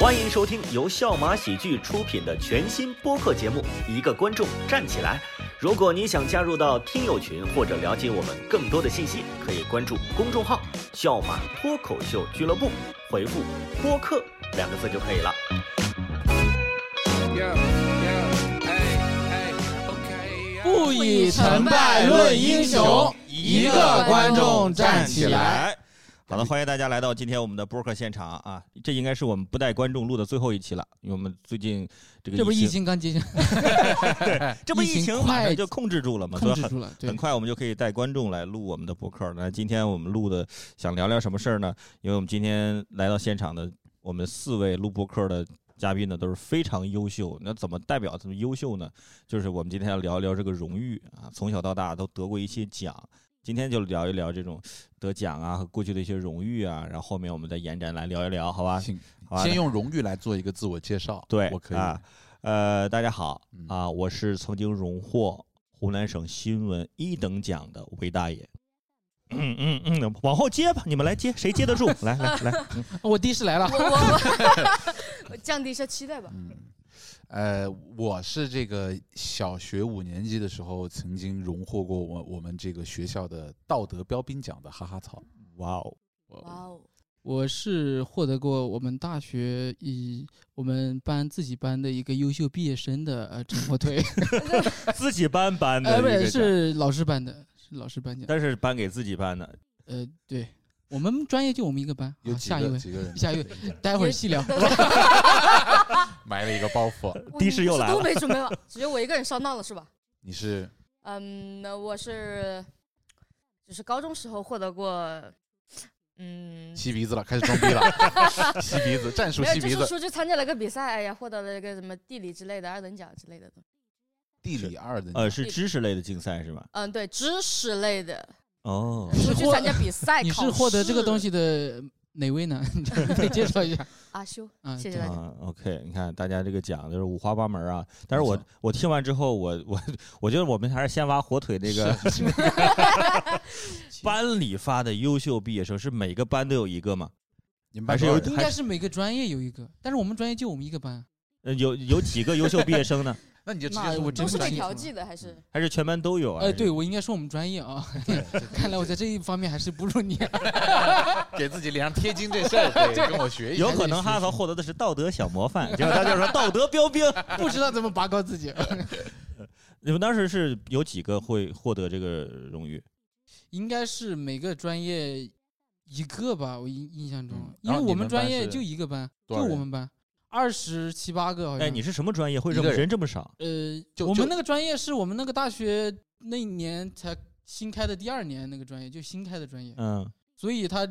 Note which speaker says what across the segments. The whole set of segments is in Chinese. Speaker 1: 欢迎收听由笑马喜剧出品的全新播客节目《一个观众站起来》。如果你想加入到听友群或者了解我们更多的信息，可以关注公众号“笑马脱口秀俱乐部”，回复“播客”两个字就可以了。
Speaker 2: Yeah, yeah, hey, hey, okay, yeah.
Speaker 3: 不以成败论英雄，一个观众站起来。
Speaker 4: 好的，欢迎大家来到今天我们的播客现场啊！这应该是我们不带观众录的最后一期了，因为我们最近这个
Speaker 3: 这不是
Speaker 4: 疫
Speaker 3: 疫，情刚结束，
Speaker 4: 这不
Speaker 3: 疫情
Speaker 4: 情
Speaker 3: 快
Speaker 4: 马上就控制住了嘛，所
Speaker 3: 控
Speaker 4: 以
Speaker 3: 制
Speaker 4: 很
Speaker 3: 住了，对
Speaker 4: 很，快我们就可以带观众来录我们的播客了。那今天我们录的想聊聊什么事儿呢？因为我们今天来到现场的我们四位录播客的嘉宾呢都是非常优秀。那怎么代表这么优秀呢？就是我们今天要聊一聊这个荣誉啊，从小到大都得过一些奖。今天就聊一聊这种得奖啊和过去的一些荣誉啊，然后后面我们再延展来聊一聊，好吧？
Speaker 5: 请
Speaker 4: 啊好吧
Speaker 5: 先用荣誉来做一个自我介绍。
Speaker 4: 对，
Speaker 5: 我可以。
Speaker 4: 啊。呃，大家好
Speaker 5: 嗯
Speaker 4: 啊，我是曾经荣获湖南省新闻一等奖的韦大爷。嗯嗯嗯，往后接吧，你们来接，谁接得住？来来来，嗯
Speaker 3: 哦我的士来了，
Speaker 6: 我我我我降低一下期待吧。
Speaker 5: 嗯，呃，我是这个小学五年级的时候曾经荣获过我我们这个学校的道德标兵奖的哈哈草。
Speaker 4: 哇哦，
Speaker 6: 哇哦，
Speaker 3: 我是获得过我们大学以我们班自己班的一个优秀毕业生的呃陈火腿，
Speaker 4: 自己班颁的
Speaker 3: 呃
Speaker 4: 一
Speaker 3: 不
Speaker 4: 个
Speaker 3: 是
Speaker 4: 奖，
Speaker 3: 是老师班的，是老师颁奖，
Speaker 4: 但是颁给自己班的，
Speaker 3: 呃对，我们专业就我们一个班，
Speaker 5: 有
Speaker 3: 好
Speaker 5: 几
Speaker 3: 啊下一
Speaker 5: 个
Speaker 3: 位，
Speaker 5: 几个人
Speaker 3: 下一位待会儿 细聊，
Speaker 5: 埋了一个包袱。
Speaker 6: 我
Speaker 4: 的士又
Speaker 6: 你
Speaker 4: 来
Speaker 6: 们不是
Speaker 4: 了
Speaker 6: 都没准备吧？只有我一个人上当了是吧？
Speaker 5: 你是
Speaker 6: 嗯，那我是就是高中时候获得过，嗯，
Speaker 5: 吸鼻子了，开始装逼了， 吸鼻子，战术
Speaker 6: 没有，
Speaker 5: 吸
Speaker 6: 就
Speaker 5: 鼻
Speaker 6: 是
Speaker 5: 子。
Speaker 6: 说去参加了个比赛，哎呀，获得了一个什么地理之类的二等奖之类的东西。
Speaker 5: 地理二等
Speaker 4: 呃，
Speaker 5: 奖，
Speaker 4: 是知识类的竞赛是吧？
Speaker 6: 嗯，对，知识类的，
Speaker 4: 哦，
Speaker 3: 是
Speaker 6: 我去
Speaker 3: 获
Speaker 6: 参加比赛，
Speaker 3: 你是
Speaker 6: 考
Speaker 3: 获得这个
Speaker 6: 试
Speaker 3: 东西的哪位 呢？你得介绍一下
Speaker 6: 阿修，
Speaker 3: 啊，
Speaker 6: 谢
Speaker 3: 对
Speaker 6: 谢大家
Speaker 4: 啊，OK，你看大家这个奖就是五花八门啊。但是我
Speaker 5: 没错
Speaker 4: 我听完之后，我我我觉得我们还是先挖火腿这个
Speaker 5: 是是
Speaker 4: 班里发的优秀毕业生，是每个班都有一个吗？
Speaker 5: 你们
Speaker 4: 还
Speaker 5: 班
Speaker 4: 是
Speaker 5: 多少
Speaker 4: 有
Speaker 5: 人
Speaker 3: 应该是每个专业有一个，但是我们专业就我们一个班，
Speaker 4: 呃有有几个优秀毕业生呢？
Speaker 5: 那你就直
Speaker 3: 那
Speaker 5: 接说
Speaker 3: 我
Speaker 5: 你
Speaker 3: 真
Speaker 5: 们
Speaker 6: 都
Speaker 3: 不
Speaker 6: 是被
Speaker 5: 班
Speaker 3: 清
Speaker 6: 调
Speaker 3: 楚
Speaker 6: 剂的还是？
Speaker 4: 还是全班都有啊？
Speaker 3: 呃，对我应该说我们专业 啊，看来我在这一方面还是不如你。啊
Speaker 5: 给自己脸上贴金这事儿， 对，跟我学一下
Speaker 4: 有。可能哈佛获得的是道德小模范，结果他就是说道德标兵。
Speaker 3: 不知道怎么拔高自己。
Speaker 4: 你们当时是有几个会获得这个荣誉？
Speaker 3: 应该是每个专业一个吧，我印印象中
Speaker 5: 嗯，
Speaker 3: 因
Speaker 5: 然
Speaker 3: 为
Speaker 5: 后
Speaker 3: 我
Speaker 5: 你们
Speaker 3: 专
Speaker 5: 班
Speaker 3: 业
Speaker 5: 是
Speaker 3: 就一个班，就
Speaker 5: 多少
Speaker 3: 我
Speaker 5: 人
Speaker 3: 们班二十七八个好像。
Speaker 4: 哎，你是什么专业？会这
Speaker 5: 一个
Speaker 4: 么
Speaker 5: 人
Speaker 4: 人这么少？
Speaker 3: 呃，
Speaker 5: 就
Speaker 3: 我
Speaker 5: 就
Speaker 3: 们那个专业是我们那个大学那一年才新开的第二年那个专业，就新开的专业，
Speaker 4: 嗯，
Speaker 3: 所以他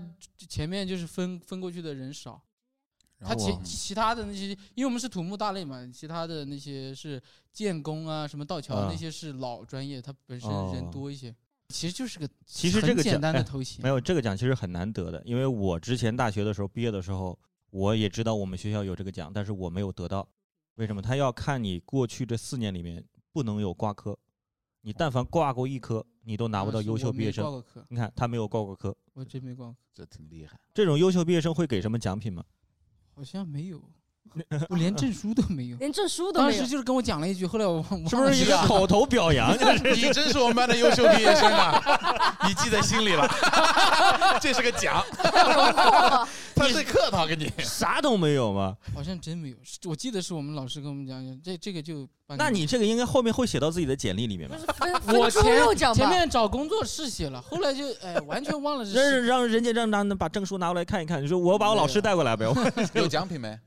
Speaker 3: 前面就是分分过去的人少。他
Speaker 5: 然后
Speaker 3: 其
Speaker 5: 我
Speaker 3: 其他的那些，因为我们是土木大类嘛，其他的那些是建工啊、什么道桥
Speaker 4: 啊
Speaker 3: 那些是老专业，它本身
Speaker 4: 哦
Speaker 3: 人多一些。其实就是个
Speaker 4: 其实这
Speaker 3: 很
Speaker 4: 个
Speaker 3: 简
Speaker 4: 奖
Speaker 3: 单
Speaker 4: 哎
Speaker 3: 的头衔
Speaker 4: 没，有这个奖其实很难得的，因为我之前大学的时候毕业的时候，我也知道我们学校有这个奖，但是我没有得到。为什么？他要看你过去这四年里面不能有挂科，你但凡挂过一科，你都拿不
Speaker 3: 啊
Speaker 4: 到
Speaker 3: 是
Speaker 4: 优
Speaker 3: 我
Speaker 4: 秀
Speaker 3: 没
Speaker 4: 毕业
Speaker 3: 挂
Speaker 4: 生。
Speaker 3: 过科，
Speaker 4: 你看他没有挂过科，
Speaker 3: 我真没挂过，
Speaker 5: 这挺厉害，
Speaker 4: 这种优秀毕业生会给什么奖品吗？
Speaker 3: 好像没 有，我连证书都没有。
Speaker 6: 连证书都
Speaker 3: 当
Speaker 6: 没有
Speaker 3: 时，就是跟我讲了一句，后来我忘
Speaker 4: 是
Speaker 3: 忘
Speaker 4: 不
Speaker 3: 了
Speaker 4: 是一个口头 表扬？
Speaker 5: 你真是我们班的优秀毕业生啊！ 你记在心里了，这是个奖。他是客套跟你，
Speaker 4: 啥都没有吗？
Speaker 3: 好像真没有。是我记得是我们老师跟我们讲，这这个就颁
Speaker 4: 那
Speaker 3: 给
Speaker 4: 你这个应该后面会写到自己的简历里面
Speaker 6: 不
Speaker 4: 吧？
Speaker 6: 是分
Speaker 3: 我
Speaker 6: 分猪
Speaker 3: 前
Speaker 6: 肉奖
Speaker 3: 前
Speaker 6: 吧？
Speaker 3: 面找工作是写了，后来就哎完全忘了是
Speaker 4: 让让人家让让把证书拿过来看一看，你说我把我老师带过来呗？我
Speaker 5: 有奖品没？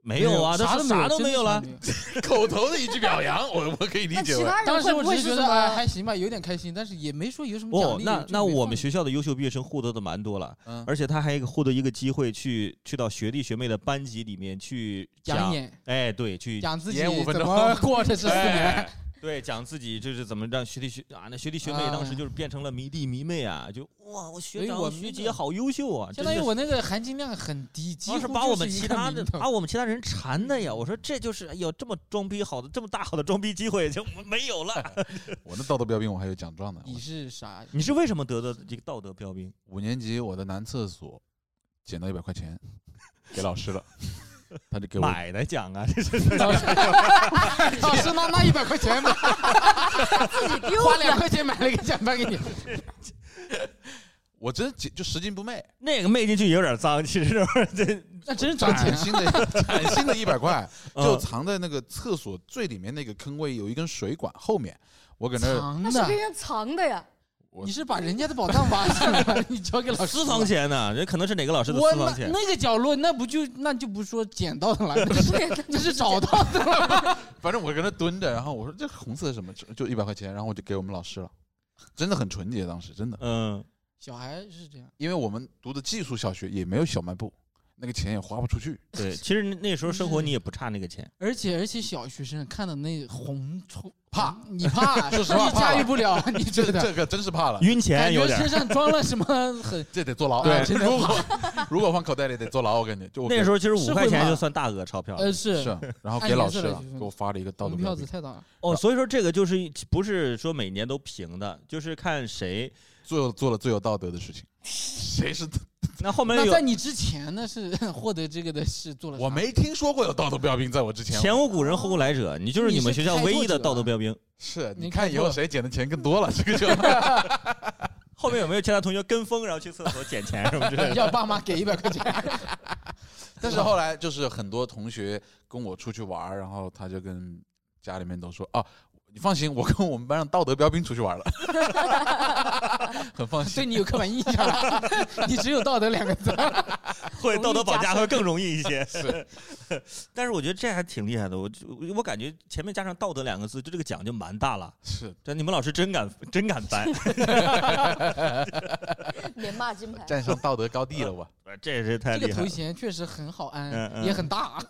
Speaker 4: 没 有啊，
Speaker 3: 啊啥
Speaker 4: 他
Speaker 3: 都
Speaker 4: 说啥都
Speaker 3: 没
Speaker 4: 没有了
Speaker 3: 真。的啥没有
Speaker 5: 口头的一句表扬，我我可以理
Speaker 6: 那
Speaker 5: 解
Speaker 6: 其
Speaker 5: 为。
Speaker 6: 他
Speaker 3: 当
Speaker 6: 人
Speaker 3: 时
Speaker 6: 会不
Speaker 3: 我
Speaker 6: 会
Speaker 3: 只是
Speaker 6: 是
Speaker 3: 觉
Speaker 6: 什
Speaker 3: 得哎
Speaker 6: 么？
Speaker 3: 还行吧，有点开心，但是也没说有什么奖
Speaker 4: 哦
Speaker 3: 励。，
Speaker 4: 那
Speaker 3: 就
Speaker 4: 那
Speaker 3: 没
Speaker 4: 我
Speaker 3: 放
Speaker 4: 们学校的优秀毕业生获得的蛮多了，
Speaker 5: 嗯，
Speaker 4: 而且他还有一个获得一个机会去去到学弟学妹的班级里面去
Speaker 3: 讲
Speaker 4: 讲，
Speaker 3: 演
Speaker 4: 哎，对，去
Speaker 3: 讲自己
Speaker 5: 演五分
Speaker 3: 怎
Speaker 5: 钟
Speaker 3: 么过这十四年，
Speaker 4: 哎对，讲自己就是怎么让学弟学啊，那学弟学妹
Speaker 3: 啊
Speaker 4: 当时就是变成了迷弟迷妹啊，就哇，我学
Speaker 3: 哎
Speaker 4: 长
Speaker 3: 我们
Speaker 4: 学
Speaker 3: 那
Speaker 4: 姐
Speaker 3: 个
Speaker 4: 好优秀啊，
Speaker 3: 相当于
Speaker 4: 真的
Speaker 3: 我那个含金量很低，几
Speaker 4: 当
Speaker 3: 乎
Speaker 4: 时把我们
Speaker 3: 就是一
Speaker 4: 其
Speaker 3: 个
Speaker 4: 他的
Speaker 3: 名头
Speaker 4: 把我们其他人馋的呀！我说这就是哎呦这么装逼好的这么大好的装逼机会就没 有了。
Speaker 5: 我那道德标兵我还有奖状呢。
Speaker 3: 你是啥？
Speaker 4: 你是为什么得的这个道德标兵？
Speaker 5: 五年级我的男厕所捡到一百块钱，给老师了。他就给我
Speaker 4: 买的奖啊，这是
Speaker 3: 老师， 老师拿拿一百块钱吧，
Speaker 6: 自己丢
Speaker 3: 花
Speaker 6: 的
Speaker 3: 两。块钱买了一个奖牌给你。
Speaker 5: 我真就就拾金 不昧，
Speaker 4: 那个昧进去有点脏，其实 这
Speaker 3: 那真是
Speaker 5: 攒
Speaker 3: 赚钱
Speaker 5: 崭。新 的崭新的一百块，就
Speaker 4: 嗯
Speaker 5: 藏在那个厕所最里面那个坑位，有一根水管后面，我搁那儿
Speaker 3: 藏
Speaker 6: 那是别
Speaker 3: 的，
Speaker 6: 人藏的 呀，
Speaker 5: 我
Speaker 3: 你是把人家的宝藏挖出来，你交给老师
Speaker 4: 私房。钱呢，这可能是哪个老师的
Speaker 3: 我
Speaker 4: 私
Speaker 3: 那
Speaker 4: 房钱。
Speaker 3: 那个角落，那不就那就不说捡到 的了，那是
Speaker 6: 对，
Speaker 3: 那是找 到的了。
Speaker 5: 反正我搁那蹲着，然后我说这红色是什么，就就一百块钱，然后我就给我们老师了，真的很纯洁，当时真的，
Speaker 4: 嗯，
Speaker 3: 小孩是这样，
Speaker 5: 因为我们读的寄宿小学也没有小卖部，那个钱也花不 出去，
Speaker 4: 对，其实那那时候生活你也不差那个钱，
Speaker 3: 而且而且小学生看到那红红
Speaker 5: 怕，
Speaker 3: 你怕，
Speaker 5: 说实话
Speaker 3: 你
Speaker 5: 怕
Speaker 3: 驾
Speaker 5: 了
Speaker 3: 驭不了，你
Speaker 5: 这
Speaker 3: 真的
Speaker 5: 这个真是 怕了，
Speaker 4: 晕
Speaker 3: 感
Speaker 4: 钱有
Speaker 3: 觉身。
Speaker 4: 点
Speaker 3: 上装了什么很
Speaker 5: 这得坐 牢。
Speaker 3: 对真的
Speaker 5: 如果如果放口袋里得坐牢，我感觉就我
Speaker 4: 那时候其实五
Speaker 3: 是
Speaker 4: 块
Speaker 3: 会
Speaker 4: 钱
Speaker 3: 吗
Speaker 4: 就算大额钞票了
Speaker 3: 呃是
Speaker 5: 是，然后
Speaker 3: 按
Speaker 5: 给老
Speaker 3: 颜色
Speaker 5: 师
Speaker 3: 来
Speaker 5: 了
Speaker 3: 区，分
Speaker 5: 给我发了一个道
Speaker 3: 门
Speaker 5: 德
Speaker 3: 票
Speaker 5: 标
Speaker 3: 子
Speaker 5: 准，
Speaker 3: 太大了。
Speaker 4: 哦，所以说这个就是不是说每年都平的，就是看谁
Speaker 5: 做做了最有道德的事情，谁 是
Speaker 4: 那后面
Speaker 3: 那
Speaker 4: 有
Speaker 3: 在你之前呢是 获得这个的是做了啥
Speaker 5: 我没听说过有道德标兵在我之前。
Speaker 4: 前无古人后无来者，你就是你们学校唯一的道德标兵。
Speaker 5: 是，
Speaker 3: 你
Speaker 5: 你看
Speaker 3: 看
Speaker 5: 以后
Speaker 3: 错
Speaker 5: 谁捡的钱更多了，这个就
Speaker 4: 后面有没有其他同学跟风，然后去厕所捡钱什么之类 的？
Speaker 3: 要爸妈给一百块钱，
Speaker 5: 但是后来就是很多同学跟我出去玩儿，然后他就跟家里面都说啊，你放心，我跟我们班上道德标兵出去玩了， 很放
Speaker 3: 对
Speaker 5: 心。
Speaker 3: 你有刻板印象了， 你只有道德两个字。
Speaker 4: 会道德绑架
Speaker 6: 容易加深
Speaker 4: 会更容易一些。
Speaker 5: 是，
Speaker 4: 但是我觉得这还挺厉害的。我就我感觉前面加上道德两个字，就这个奖就蛮大了。
Speaker 5: 是
Speaker 4: 这你们老师真敢真敢颁，
Speaker 6: 连骂金牌。
Speaker 5: 站上道德高地了吧？
Speaker 4: 这是太
Speaker 3: 这
Speaker 4: 厉
Speaker 3: 个
Speaker 4: 害
Speaker 3: 头
Speaker 4: 了。
Speaker 3: 衔确实很好安，
Speaker 4: 嗯嗯
Speaker 3: 也很大。 啊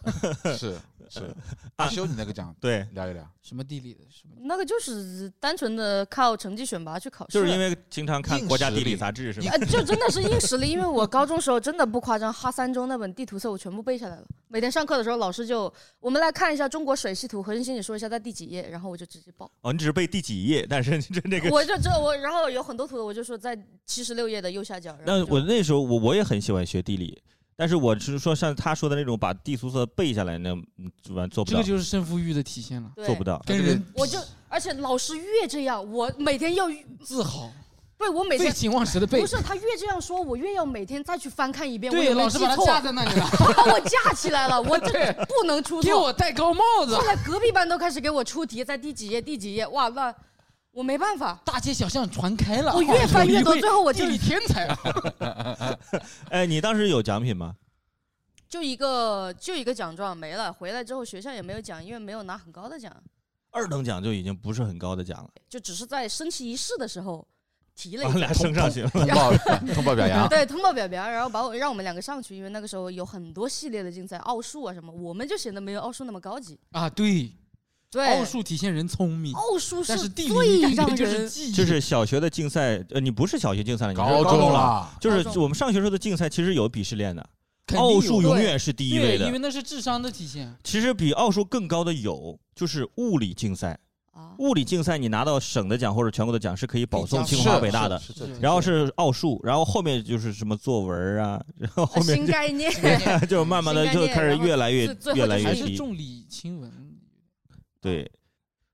Speaker 5: 是
Speaker 4: 啊
Speaker 5: 是，阿修你那个奖
Speaker 4: 对，
Speaker 5: 聊一聊，
Speaker 3: 什么地理的，什么
Speaker 6: 那个就是单纯的靠成绩选拔去考试，
Speaker 4: 就是因为经常看
Speaker 5: 硬
Speaker 4: 国家
Speaker 5: 实
Speaker 4: 地理
Speaker 5: 力
Speaker 4: 杂志是吧？
Speaker 6: 呃，就真的是硬实力。因为我高中时候真的不夸张，哈三中那本地图册我全部背下来了。每天上课的时候，老师就我们来看一下中国水系图，核心心理说一下在第几页，然后我就直接报。
Speaker 4: 哦，你只是背第几页，但是你这这个
Speaker 6: 我就这我，然后有很多图，我就说在七十六页的右下角。然
Speaker 4: 那
Speaker 6: 后就
Speaker 4: 我那时候我我也很喜欢学地理，但是我是说像他说的那种把地图册背下来那嗯完做不
Speaker 3: 这
Speaker 4: 到
Speaker 3: 个，就是胜负欲的体现了，
Speaker 6: 对
Speaker 4: 做不到。
Speaker 3: 跟
Speaker 5: 这个
Speaker 3: 人
Speaker 6: 我就而且老师越这样，我每天要
Speaker 3: 自豪、
Speaker 6: 对我每
Speaker 3: 废
Speaker 6: 天
Speaker 3: 寝忘食的背
Speaker 6: 不。是他越这样说，我越要每天再去翻看一遍。我
Speaker 3: 对，
Speaker 6: 有没有
Speaker 3: 老师
Speaker 6: 记
Speaker 3: 把他
Speaker 6: 错，
Speaker 3: 架在那里了，
Speaker 6: 他把我架起来了，我这不能出错。
Speaker 3: 给我戴高帽子
Speaker 6: 后。来隔壁班都开始给我出题，在第几页、第几页，哇，那我没办法，
Speaker 3: 大街小巷传开了，
Speaker 6: 我越翻越多，
Speaker 3: 有一位
Speaker 6: 最后我就
Speaker 3: 哦地理天才啊！
Speaker 4: 哎，你当时有奖品吗？
Speaker 6: 就一个就一个奖状没了。回来之后学校也没有奖，因为没有拿很高的奖，
Speaker 4: 二等奖就已经不是很高的奖了，
Speaker 6: 就只是在升旗仪式的时候提了
Speaker 4: 把
Speaker 3: 哦
Speaker 6: 一
Speaker 4: 我
Speaker 6: 下。
Speaker 4: 俩升上去了。
Speaker 5: 通报通报表扬，
Speaker 6: 对，通报表扬，然后把我让我们两个上去，因为那个时候有很多系列的竞赛，奥数啊什么，我们就显得没有奥数那么高级。
Speaker 3: 啊，对，
Speaker 6: 对，
Speaker 3: 奥数体现人聪明，
Speaker 6: 奥数
Speaker 3: 但是地
Speaker 6: 最
Speaker 3: 理感
Speaker 6: 让
Speaker 3: 觉
Speaker 6: 人
Speaker 3: 就是记忆，
Speaker 4: 就是小学的竞赛，呃，你不是小学竞赛了，你是
Speaker 5: 中
Speaker 4: 中了。
Speaker 5: 了，
Speaker 4: 就是
Speaker 6: 高中
Speaker 4: 我们上学时候的竞赛，其实有鄙视链的，
Speaker 3: 肯定有
Speaker 4: 奥数永远是第一
Speaker 3: 对
Speaker 4: 位
Speaker 3: 因为
Speaker 4: 的。
Speaker 3: 那是智商的体现。
Speaker 4: 其实比奥数更高的有，就是物理竞赛。
Speaker 6: 啊，
Speaker 4: 物理竞赛你拿到省的奖或者全国的奖是可以保送
Speaker 3: 可以加
Speaker 4: 清
Speaker 3: 分
Speaker 4: 华
Speaker 5: 是
Speaker 4: 北大的，
Speaker 5: 是是
Speaker 3: 是
Speaker 4: 然后是奥数，然后后面就是什么作文啊，然后后面
Speaker 6: 新概 念，
Speaker 4: 就就慢慢的
Speaker 6: 新概
Speaker 4: 就
Speaker 6: 念
Speaker 4: 开始
Speaker 6: 然后
Speaker 4: 越来越
Speaker 6: 最最后
Speaker 4: 越来越
Speaker 3: 还
Speaker 4: 低
Speaker 3: 是。重理轻文，
Speaker 4: 对，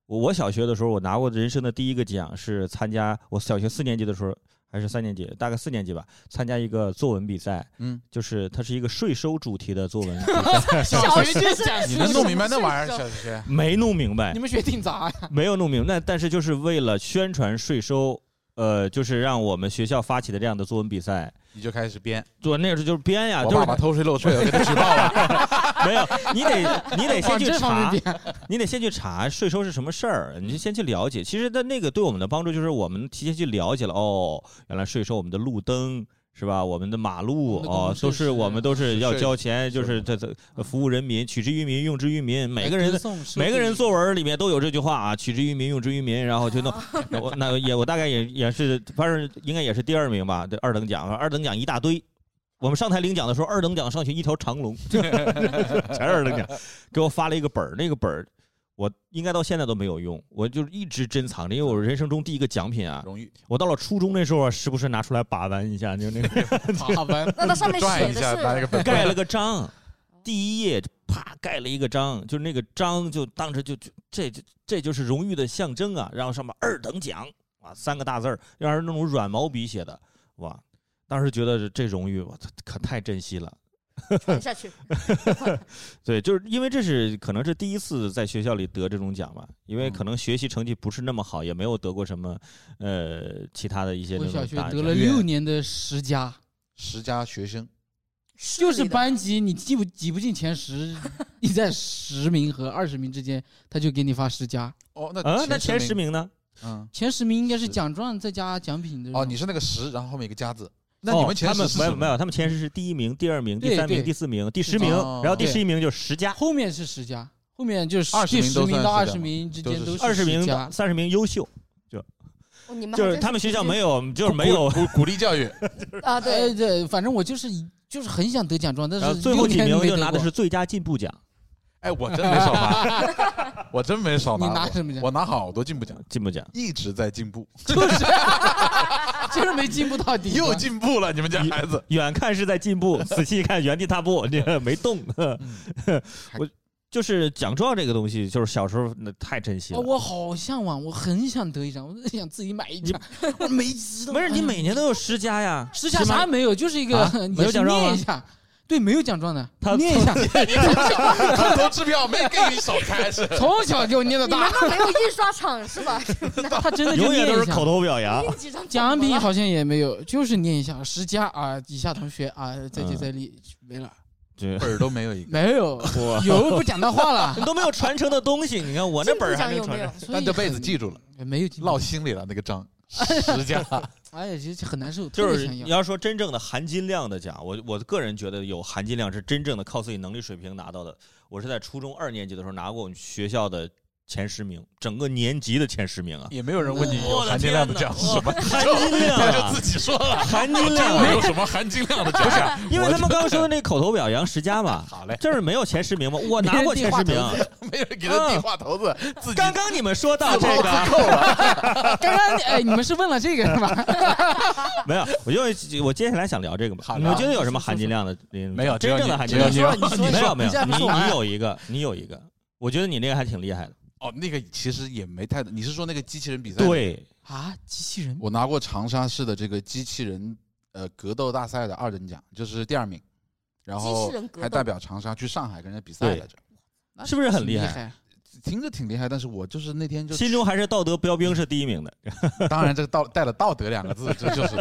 Speaker 4: 我我小学的时候，我拿过人生的第一个奖是参加我小学四年级的时候，还是三年级，大概四年级吧，参加一个作文比赛，
Speaker 5: 嗯，
Speaker 4: 就是它是一个税收主题的作 文比赛，
Speaker 3: 小学就
Speaker 6: 生
Speaker 3: 讲
Speaker 5: 你
Speaker 3: 是
Speaker 5: 能
Speaker 3: 不
Speaker 5: 弄
Speaker 3: 是
Speaker 5: 明白那玩意
Speaker 6: 是
Speaker 5: 儿，小学
Speaker 4: 没弄明白
Speaker 3: 你，们学挺杂呀？
Speaker 4: 没有弄明白，但是就是为了宣传税收，呃，就是让我们学校发起的这样的作文比赛。
Speaker 5: 你就开始编，
Speaker 4: 做那个时候就是编呀，啊
Speaker 5: 我
Speaker 4: 就是
Speaker 5: 爸爸偷税漏税，我给他 举报了，
Speaker 4: 没有，你得你得先
Speaker 3: 往
Speaker 4: 去
Speaker 3: 这方面
Speaker 4: 查，
Speaker 3: 点，
Speaker 4: 你得先去查税收是什么事儿，你就先去了解。其实的那个对我们的帮助就是我们提前去了解了，哦，原来税收我们的路灯。是吧？我们的马路
Speaker 3: 我们的公
Speaker 4: 哦
Speaker 3: 共，设
Speaker 4: 都是
Speaker 3: 施
Speaker 4: 我们都是要
Speaker 5: 是
Speaker 4: 交钱，就
Speaker 5: 的
Speaker 4: 是这这
Speaker 3: 嗯
Speaker 4: 服务人民，取之于民，用之于民。每个人 的
Speaker 3: 歌颂社会
Speaker 4: 每个人作文里面都有这句话啊，取之于民，用之于民。然后就弄， 那我那也我大概也也是，反正应该也是第二名吧，这二等奖，二等奖一大堆。我们上台领奖的时候，二等奖上去一条长龙，全是二等奖，给我发了一个本儿，那个本儿我应该到现在都没有用，我就一直珍藏着，因为我人生中第一个奖品啊，
Speaker 5: 荣誉
Speaker 4: 我到了初中那时候啊，时不时拿出来把玩一下，就那个
Speaker 3: 哎好吧，
Speaker 6: 那它上面
Speaker 5: 转
Speaker 6: 写
Speaker 5: 一
Speaker 6: 的
Speaker 5: 下，拿一个
Speaker 6: 是
Speaker 5: 本
Speaker 4: 盖了个章，第一页啪盖了一个章，就是那个章就当时就就这就这就是荣誉的象征啊，然后上面二等奖哇三个大字儿，要是那种软毛笔写的哇，当时觉得这这荣誉我操可太珍惜了。
Speaker 6: 传下去。
Speaker 4: 对，就是因为这是可能是第一次在学校里得这种奖吧，因为
Speaker 5: 嗯
Speaker 4: 可能学习成绩不是那么好，也没有得过什么呃其他的一些
Speaker 3: 我
Speaker 4: 那
Speaker 3: 小
Speaker 4: 种
Speaker 3: 学
Speaker 4: 大
Speaker 3: 得
Speaker 4: 奖
Speaker 3: 了六年的十佳，
Speaker 5: 十佳学生，
Speaker 3: 就是班级你进不挤不进前十，你在十名和二十名之间，他就给你发十佳。
Speaker 5: 哦，那
Speaker 4: 啊，那前十
Speaker 5: 十，
Speaker 4: 名呢？
Speaker 5: 嗯，
Speaker 3: 前十名应该是
Speaker 4: 是
Speaker 3: 奖状再加奖品的。
Speaker 5: 哦，你是那个十，然后后面一个加字，那
Speaker 4: 哦
Speaker 5: 你们前
Speaker 4: 他
Speaker 5: 十
Speaker 4: 们
Speaker 5: 是
Speaker 4: 没
Speaker 5: 什
Speaker 4: 有
Speaker 5: 么
Speaker 4: 没有，他们前十是第一名、第二名、第
Speaker 3: 对
Speaker 4: 三名、
Speaker 3: 对
Speaker 4: 第四名、第十名，
Speaker 5: 哦
Speaker 4: 然后第
Speaker 3: 对
Speaker 4: 十一名就是十佳，
Speaker 3: 后面是十佳，后面就是
Speaker 5: 20
Speaker 3: 第
Speaker 5: 名
Speaker 3: 十
Speaker 5: 都
Speaker 3: 名到
Speaker 5: 算
Speaker 3: 二
Speaker 5: 十佳
Speaker 3: 十
Speaker 5: 吗
Speaker 3: 名之
Speaker 5: 都
Speaker 3: 间
Speaker 5: 是
Speaker 3: 都
Speaker 4: 二
Speaker 3: 十
Speaker 4: 十名
Speaker 3: 佳
Speaker 4: 到。三十名优秀，
Speaker 6: 哦你们
Speaker 4: 就是他们学校没
Speaker 6: 有
Speaker 4: 有，就是没有。
Speaker 5: 鼓鼓励教育，
Speaker 6: 啊？
Speaker 3: 呃
Speaker 6: 对，
Speaker 3: 对，反正我就是就是很想得奖状，但
Speaker 4: 然后
Speaker 3: 是
Speaker 4: 最后
Speaker 3: 六
Speaker 4: 几
Speaker 3: 年
Speaker 4: 名
Speaker 3: 没得
Speaker 4: 就拿的
Speaker 3: 过
Speaker 4: 是最佳进步奖，
Speaker 5: 哎，我真没少 拿，我真没少拿，
Speaker 3: 你拿
Speaker 5: 我
Speaker 3: 什么奖
Speaker 5: 我拿好多进步奖，
Speaker 4: 进步奖。
Speaker 5: 一直在进步，
Speaker 3: 就是，就是没进步到底。啊
Speaker 5: 又进步了，你们家
Speaker 4: 一
Speaker 5: 孩子，
Speaker 4: 远看是在 进步，仔细看原地踏步， 这个没动。
Speaker 3: 嗯
Speaker 4: 我就是奖状这个东西，就是小时候那太珍惜
Speaker 3: 哦，
Speaker 4: 了。
Speaker 3: 我好向往，我很想得一张，我想自己买一张， 我没知道。
Speaker 4: 没事，你
Speaker 3: 哎呀
Speaker 4: 每年都有十佳呀，
Speaker 3: 时下
Speaker 4: 起码
Speaker 3: 啥也没有，就是一个
Speaker 4: 啊
Speaker 3: 也是
Speaker 4: 没有奖状吗
Speaker 3: 念一下，对，没有奖状的，
Speaker 4: 他
Speaker 3: 念一下，
Speaker 5: 他投支票没给你手 开始，
Speaker 3: 从小就念到
Speaker 6: 你们
Speaker 3: 大，
Speaker 6: 那没有印刷厂是吧？
Speaker 3: 他真的就
Speaker 4: 永远
Speaker 3: 念
Speaker 4: 都
Speaker 3: 一
Speaker 4: 是口
Speaker 3: 下。
Speaker 4: 头表扬。
Speaker 6: 印几张
Speaker 3: 奖品好像也没有，就是念一下十佳啊，以下同学啊，再接
Speaker 4: 嗯
Speaker 3: 再厉，没了，
Speaker 4: 这
Speaker 5: 本儿都没有一个，
Speaker 3: 没有，
Speaker 4: 我
Speaker 3: 有不讲的话了
Speaker 4: 你，都没有传承的东西，你看我那本儿还没
Speaker 6: 有
Speaker 4: 传
Speaker 6: 没
Speaker 4: 承
Speaker 6: 有。？
Speaker 3: 所
Speaker 5: 但
Speaker 3: 以
Speaker 5: 这辈子
Speaker 3: 很
Speaker 5: 记住了，
Speaker 3: 没有进步
Speaker 5: 烙，心里了那个 章，十佳，
Speaker 3: 哎呀，其实很难受，
Speaker 4: 就
Speaker 3: 特别
Speaker 4: 是
Speaker 3: 想
Speaker 4: 你
Speaker 3: 要
Speaker 4: 要说真正的含金量的奖，我我个人觉得有含金量是真正的靠自己能力水平拿到的。我是在初中二年级的时候拿过我们学校的前十名，整个年级的前十名啊！
Speaker 5: 也没有人问你有
Speaker 4: 我的
Speaker 5: 含金
Speaker 4: 天
Speaker 5: 量
Speaker 4: 呐，
Speaker 5: 的奖是什么
Speaker 4: 哇，含金量
Speaker 5: 他就
Speaker 4: 啊
Speaker 5: 自！己说了，
Speaker 4: 含金量
Speaker 5: 我
Speaker 4: 啊，
Speaker 5: 有什么含金量的奖啊项？
Speaker 4: 因为咱们刚刚说的那口头表扬十佳嘛，
Speaker 5: 好嘞，
Speaker 4: 就是没有前十名嘛，我拿过前十名啊。
Speaker 5: 没人给他递话头子，自
Speaker 4: 嗯
Speaker 5: 己
Speaker 4: 刚刚你们说到这个啊，
Speaker 3: 刚刚哎，你们是问了这个是 吧？
Speaker 4: 没有，我就我接下来想聊这个嘛。
Speaker 5: 好
Speaker 4: 你
Speaker 5: 聊
Speaker 4: 们觉得有什么含金量的？没
Speaker 5: 没有只有
Speaker 4: 真正的
Speaker 5: 你
Speaker 4: 含
Speaker 5: 只
Speaker 4: 金
Speaker 5: 有
Speaker 4: 量。说
Speaker 5: 你有
Speaker 4: 你没有没有
Speaker 3: 你，先
Speaker 4: 你
Speaker 3: 说完
Speaker 4: 你有一个，你有一个，我觉得你那个还挺厉害的。
Speaker 5: 哦，那个其实也没太，你是说那个机器人比赛？，
Speaker 4: 对，
Speaker 3: 啊，机器人
Speaker 5: 我拿过长沙市的这个机器人呃格斗大赛的二等奖，就是第二名，然
Speaker 6: 机
Speaker 5: 后
Speaker 6: 器人格斗
Speaker 5: 还代表长沙去上海跟人家比赛来着，
Speaker 4: 是不是很
Speaker 3: 厉
Speaker 4: 厉害？？
Speaker 5: 听着挺厉害，但是我就是那天就
Speaker 4: 心中还是道德标兵是第一名 的。
Speaker 5: 当然这个道带了道德两个字，这就是，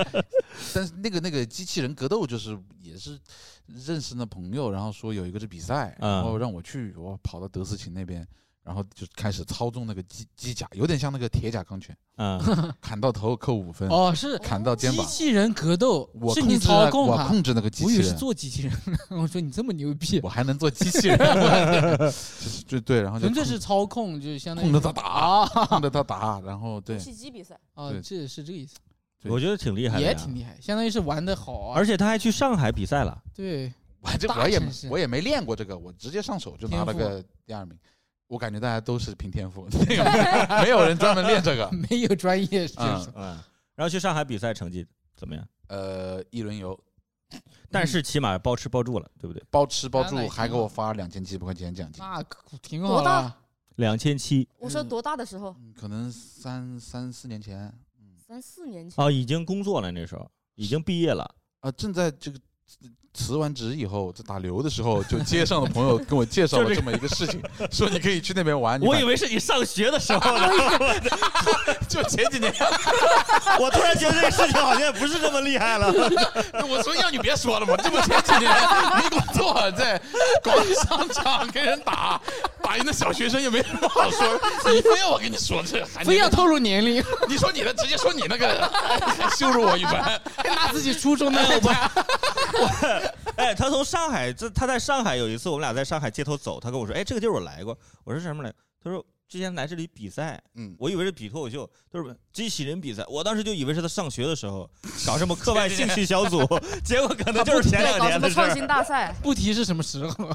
Speaker 5: 但是那个那个机器人格斗就是也是认识的朋友，然后说有一个是比赛，
Speaker 4: 嗯
Speaker 5: 然后让我去，我跑到德思琴那边。然后就开始操纵那个机机甲，有点像那个铁甲钢拳，
Speaker 4: 嗯，
Speaker 5: 砍到头扣五分，
Speaker 3: 哦，是
Speaker 5: 砍到肩
Speaker 3: 机
Speaker 5: 膀。
Speaker 3: 器人格斗
Speaker 5: 我
Speaker 3: 是
Speaker 5: 控
Speaker 3: 你
Speaker 5: 制
Speaker 3: 操
Speaker 5: 了，
Speaker 3: 控
Speaker 5: 我
Speaker 3: 它，
Speaker 5: 控制那个机
Speaker 3: 我以
Speaker 5: 器
Speaker 3: 为是
Speaker 5: 人，
Speaker 3: 做机器人， 我说你这么牛逼，
Speaker 5: 我还能做机器人，就是就对，然后就
Speaker 3: 纯粹
Speaker 5: 控
Speaker 3: 是操控，就相当于
Speaker 5: 控制他
Speaker 3: 啊
Speaker 5: 控着他打，然后对，
Speaker 6: 气机比赛，
Speaker 3: 啊，
Speaker 5: 对
Speaker 3: 这是这个意思，
Speaker 5: 对
Speaker 4: 我觉得挺厉害的呀，
Speaker 3: 也挺厉害，相当于是玩的好啊，
Speaker 4: 而且他还去上海比赛了。
Speaker 3: 对，
Speaker 5: 我这
Speaker 3: 大
Speaker 5: 我也
Speaker 3: 城市
Speaker 5: 我也没练过这个，我直接上手就拿了
Speaker 3: 天赋
Speaker 5: 个第二名。我感觉大家都是凭天赋， 没有没有人专门练这个。
Speaker 3: 没有专业选
Speaker 5: 嗯
Speaker 3: 手，
Speaker 4: 嗯，然后去上海比赛成绩怎么样？
Speaker 5: 呃，一轮游
Speaker 3: 嗯
Speaker 4: 但是起码包吃包住了，对不对？
Speaker 5: 包吃包
Speaker 3: 那
Speaker 5: 住，
Speaker 3: 也
Speaker 5: 还给
Speaker 3: 挺好
Speaker 5: 我发两千七百块钱奖金，
Speaker 3: 那可挺好
Speaker 6: 多大
Speaker 3: 的。
Speaker 4: 两千七
Speaker 6: 我说多大的时候？
Speaker 5: 嗯可能三三四年前
Speaker 6: 三四年前。
Speaker 4: 哦，已经工作了那时候，已经毕业了。
Speaker 5: 啊，正在这个辞完职以后，在打流的时候，就街上的朋友跟我介绍
Speaker 4: 就
Speaker 5: 了
Speaker 4: 这个
Speaker 5: 这么一个事情，说你可以去那边玩。你
Speaker 4: 我
Speaker 5: 把
Speaker 4: 以为是你上学的时候呢，
Speaker 5: 就前几年，
Speaker 4: 我突然觉得这个事情好像也不是这么厉害了。
Speaker 5: 我说要你别说了嘛，这不前几年没工作，在广商场跟人打，打赢的小学生也没什么好说，你非要我跟你说这，还
Speaker 3: 非要透露年 龄，
Speaker 5: 你说你的，直接说你那个，还羞辱我一 番。
Speaker 3: 拿自己初中的
Speaker 4: 哎，我 哎，他从上海，这他在上海有一次，我们俩在上海街头走，他跟我说，哎，这个地儿我来过。我说什么来？他说之前来这里比赛，
Speaker 5: 嗯，
Speaker 4: 我以为是比脱口秀，就是机器人比赛。我当时就以为是他上学的时候搞什么课外兴趣 小组，结果可能就是前
Speaker 6: 对，
Speaker 4: 两
Speaker 6: 搞什
Speaker 4: 年
Speaker 6: 么
Speaker 4: 的事
Speaker 6: 创
Speaker 4: 儿。
Speaker 6: 新大 赛？
Speaker 3: 不提是什么时候，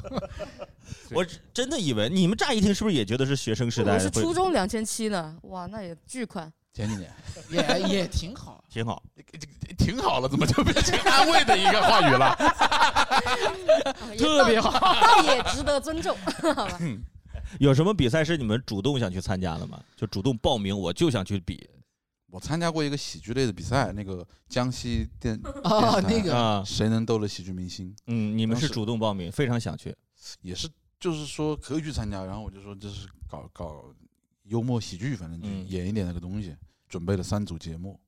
Speaker 4: 我真的以为你们乍一听是不是也觉得是学生时代
Speaker 6: 我
Speaker 4: 会？
Speaker 6: 是初中两千七呢，哇，那也巨款。
Speaker 5: 前几年
Speaker 3: 也也挺好。
Speaker 4: 挺好。
Speaker 5: 挺好了，怎么就变成安慰的一个话语了？
Speaker 6: 啊也
Speaker 3: 特别好
Speaker 6: 倒，倒也值得尊重，好吧？
Speaker 4: 有什么比赛是你们主动想去参加的吗？就主动报名，我就想去比
Speaker 5: 我参加过一个喜剧类的比赛，那个江西电
Speaker 3: 哦，那个
Speaker 4: 啊。
Speaker 5: 谁能逗乐喜剧明星，
Speaker 4: 嗯，你们是
Speaker 5: 当时
Speaker 4: 主动报名，非常想去。
Speaker 5: 也是就是说可以去参加，然后我就说这是搞搞幽默喜剧，反正就
Speaker 4: 嗯
Speaker 5: 演一点那个东西，准备了三组节目，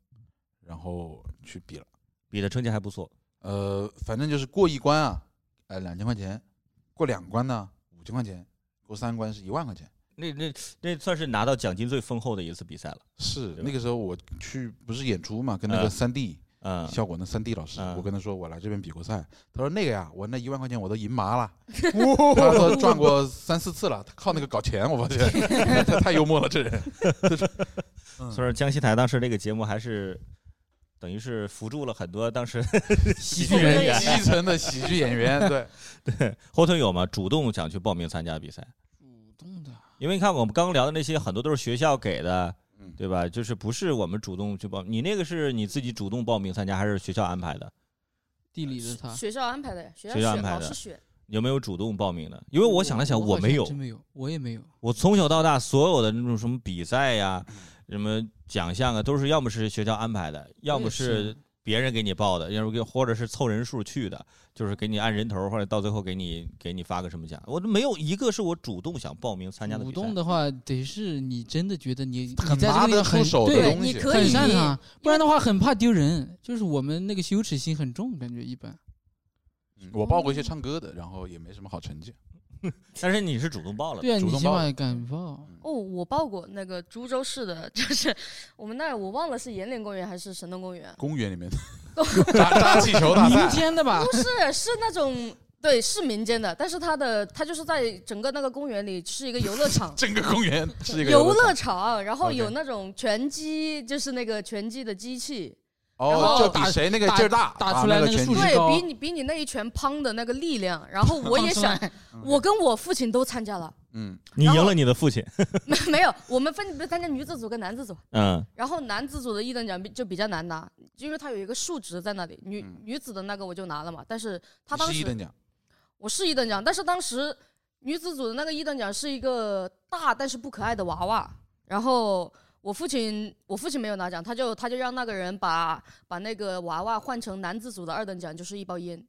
Speaker 5: 然后去比了，
Speaker 4: 比的成绩还不错，
Speaker 5: 呃，反正就是过一关啊，呃，两千块钱，过两关呢五千块钱，过三关是一万块钱。
Speaker 4: 那那那算是拿到奖金最丰厚的一次比赛了。
Speaker 5: 是
Speaker 4: 对吧
Speaker 5: 那个时候我去不是演出嘛，跟那个
Speaker 4: 嗯
Speaker 5: 三 D、
Speaker 4: 嗯，
Speaker 5: 效果那三 D 老师，
Speaker 4: 嗯
Speaker 5: 我跟他说我来这边比过赛，他说那个呀，我那一万块钱我都赢 麻了，他说赚过三四次了，他靠那个搞钱，我发现 他太幽默了，这人。
Speaker 4: 所以说江西台当时这个节目还是等于是扶助了很多当 时喜剧人员。
Speaker 5: 基层的喜剧演员， 对，
Speaker 4: 对，后腿有吗？主动想去报名参加比赛，
Speaker 3: 主动的，
Speaker 4: 因为你看我们刚刚聊的那些很多都是学校给的
Speaker 5: 嗯，
Speaker 4: 对吧？就是不是我们主动去报，你那个是你自己主动报名参加，还是学校安排的？
Speaker 3: 地理的他
Speaker 6: 学校安排的呀，学校
Speaker 4: 学校
Speaker 6: 选
Speaker 4: 安排
Speaker 6: 老
Speaker 4: 的
Speaker 6: 师选，
Speaker 4: 有没有主动报名的？因为我想了想，
Speaker 3: 我
Speaker 4: 我
Speaker 3: 好
Speaker 4: 没
Speaker 3: 像
Speaker 4: 有，
Speaker 3: 真没有，我也没有。
Speaker 4: 我从小到大所有的那种什么比赛呀、
Speaker 3: 嗯
Speaker 4: 什么奖项啊，都是要么是学校安排的，要
Speaker 3: 我
Speaker 4: 么
Speaker 3: 也
Speaker 4: 是
Speaker 3: 是
Speaker 4: 别人给你报的，要么给或者是凑人数去的，就是给你按人头，或者到最后给你给你发个什么奖，我都没有一个是我主动想报名参加的
Speaker 3: 主
Speaker 4: 比赛
Speaker 3: 动。的话，得是你真的觉得你
Speaker 5: 很
Speaker 3: 你在
Speaker 5: 拿
Speaker 3: 这个
Speaker 5: 得出
Speaker 3: 很
Speaker 5: 手的
Speaker 3: 对
Speaker 5: 东
Speaker 6: 你
Speaker 5: 西嗯
Speaker 6: 可
Speaker 3: 很
Speaker 6: 以，
Speaker 3: 擅长，不然的话很怕丢人。就是我们那个羞耻心很重，感觉一般。
Speaker 5: 嗯我报过一些唱歌的，然后也没什么好成绩。
Speaker 4: 但是你是主动报了的，
Speaker 3: 对啊，
Speaker 5: 主
Speaker 3: 你
Speaker 5: 动
Speaker 3: 起
Speaker 5: 报，
Speaker 3: 码敢报。
Speaker 4: 嗯
Speaker 6: 哦，我报过那个株洲市的，就是我们那儿我忘了是延陵公园还是神农公园
Speaker 5: 公园里面 扎扎气球大
Speaker 3: 明
Speaker 5: 赛，。
Speaker 3: 天的吧
Speaker 6: 不，是是那种对是民间的，但是它的它就是在整个那个公园里是一个游乐场
Speaker 5: 整个公园是一个
Speaker 6: 游乐
Speaker 5: 场
Speaker 6: 场，然后
Speaker 5: OK
Speaker 6: 有那种拳击，就是那个拳击的机器，然
Speaker 5: 哦，
Speaker 6: 后
Speaker 5: 就比谁那个劲儿大，
Speaker 3: 打
Speaker 5: 啊
Speaker 3: 出来
Speaker 5: 那
Speaker 3: 那个
Speaker 5: 拳
Speaker 3: 数
Speaker 5: 击
Speaker 3: 据高
Speaker 6: 对比你比你那一拳砰的那个力量，然后 我也想，我跟我父亲都参加了，
Speaker 5: 嗯，
Speaker 4: 你
Speaker 6: 然
Speaker 4: 赢
Speaker 6: 后
Speaker 4: 了你的父亲，
Speaker 6: 没没有，我们分别参加女子组跟男子组，
Speaker 4: 嗯，
Speaker 6: 然后男子组的一等奖比就比较难拿，因为它有一个数值在那里，女、
Speaker 5: 嗯
Speaker 6: 女子的那个我就拿了嘛，但是他
Speaker 5: 你
Speaker 6: 当
Speaker 5: 是一
Speaker 6: 时
Speaker 5: 等奖，
Speaker 6: 我是一等奖，但是当时女子组的那个一等奖是一个大但是不可爱的娃娃，然后。我父亲，我父亲没有拿奖，他就他就让那个人把把那个娃娃换成男子组的二等奖，就是一包烟。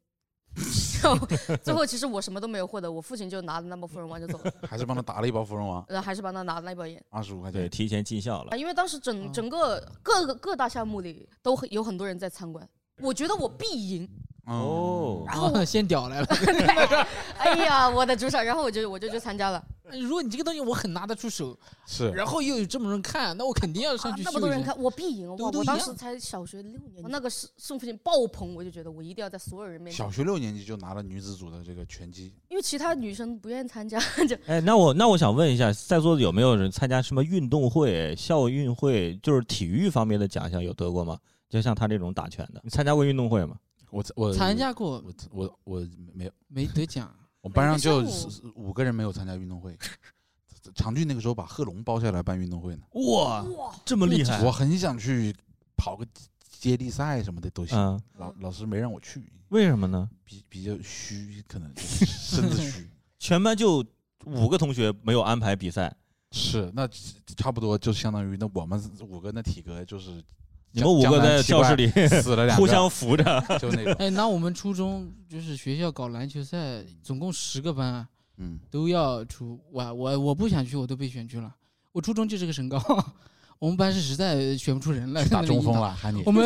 Speaker 6: 然后最后其实我什么都没有获得，我父亲就拿了那包芙蓉王就走了，
Speaker 5: 还是帮他打了一包芙蓉王，
Speaker 6: 然后还是帮他拿了那包烟。
Speaker 5: 二十五块
Speaker 4: 对，
Speaker 5: 钱。
Speaker 4: 提前尽孝
Speaker 6: 啊，
Speaker 4: 了。
Speaker 6: 因为当时整
Speaker 3: 啊
Speaker 6: 整个各个各大项目里都很有很多人在参观。我觉得我必赢，
Speaker 5: 嗯，
Speaker 4: 哦，
Speaker 6: 然后我
Speaker 3: 啊 先屌来了。
Speaker 6: 哎呀，我的主场，然后我就我就去参加了，
Speaker 3: 如果你这个东西我很拿得出手，
Speaker 5: 是
Speaker 3: 然后又有这么多人看，那我肯定要上
Speaker 6: 啊
Speaker 3: 去秀
Speaker 6: 那
Speaker 3: 一
Speaker 6: 么多人
Speaker 3: 下
Speaker 6: 看，我必赢，
Speaker 3: 都
Speaker 6: 哇
Speaker 3: 都
Speaker 6: 我
Speaker 3: 一
Speaker 6: 当时
Speaker 3: 样
Speaker 6: 才小学六年级，我那个是送父亲爆棚，我就觉得我一定要在所有人面前
Speaker 5: 小，学六年级就拿了女子组的这个拳击，
Speaker 6: 因为其他女生不愿意参加，就
Speaker 4: 哎，那我那我想问一下，在座的有没有人参加什么运动会、校运会，就是体育方面的奖项有得过吗？就像他这种打拳的，你参加过运动会吗？
Speaker 5: 我我
Speaker 3: 参加过
Speaker 5: 我我我没有，
Speaker 3: 没得奖，
Speaker 5: 我班上就
Speaker 6: 每个项目
Speaker 5: 四五个人没有参加运动 会。长俊那个时候把贺龙包下来办运动会呢，
Speaker 4: 哇，
Speaker 6: 哇，
Speaker 4: 这么厉害！
Speaker 5: 我很想去跑个接力赛什么的都行，
Speaker 4: 嗯，
Speaker 5: 老老师没让我去，
Speaker 4: 为什么呢？
Speaker 5: 比比较虚，可能就是身子虚。
Speaker 4: 全班就五个同学没有安排比赛，
Speaker 5: 是，那差不多就相当于那我们五个那体格就是
Speaker 4: 你们五个在教室里
Speaker 5: 死了 两个，
Speaker 4: 互相扶着。
Speaker 5: 就 那种，
Speaker 3: 哎，那我们初中就是学校搞篮球赛，总共十个班啊
Speaker 5: 嗯，
Speaker 3: 都要出，我我我不想去，我都被选去了。我初中就这个身高， 我们班是实在选不出人来，
Speaker 5: 打中锋
Speaker 3: 了。
Speaker 5: 了，喊你
Speaker 3: 我，们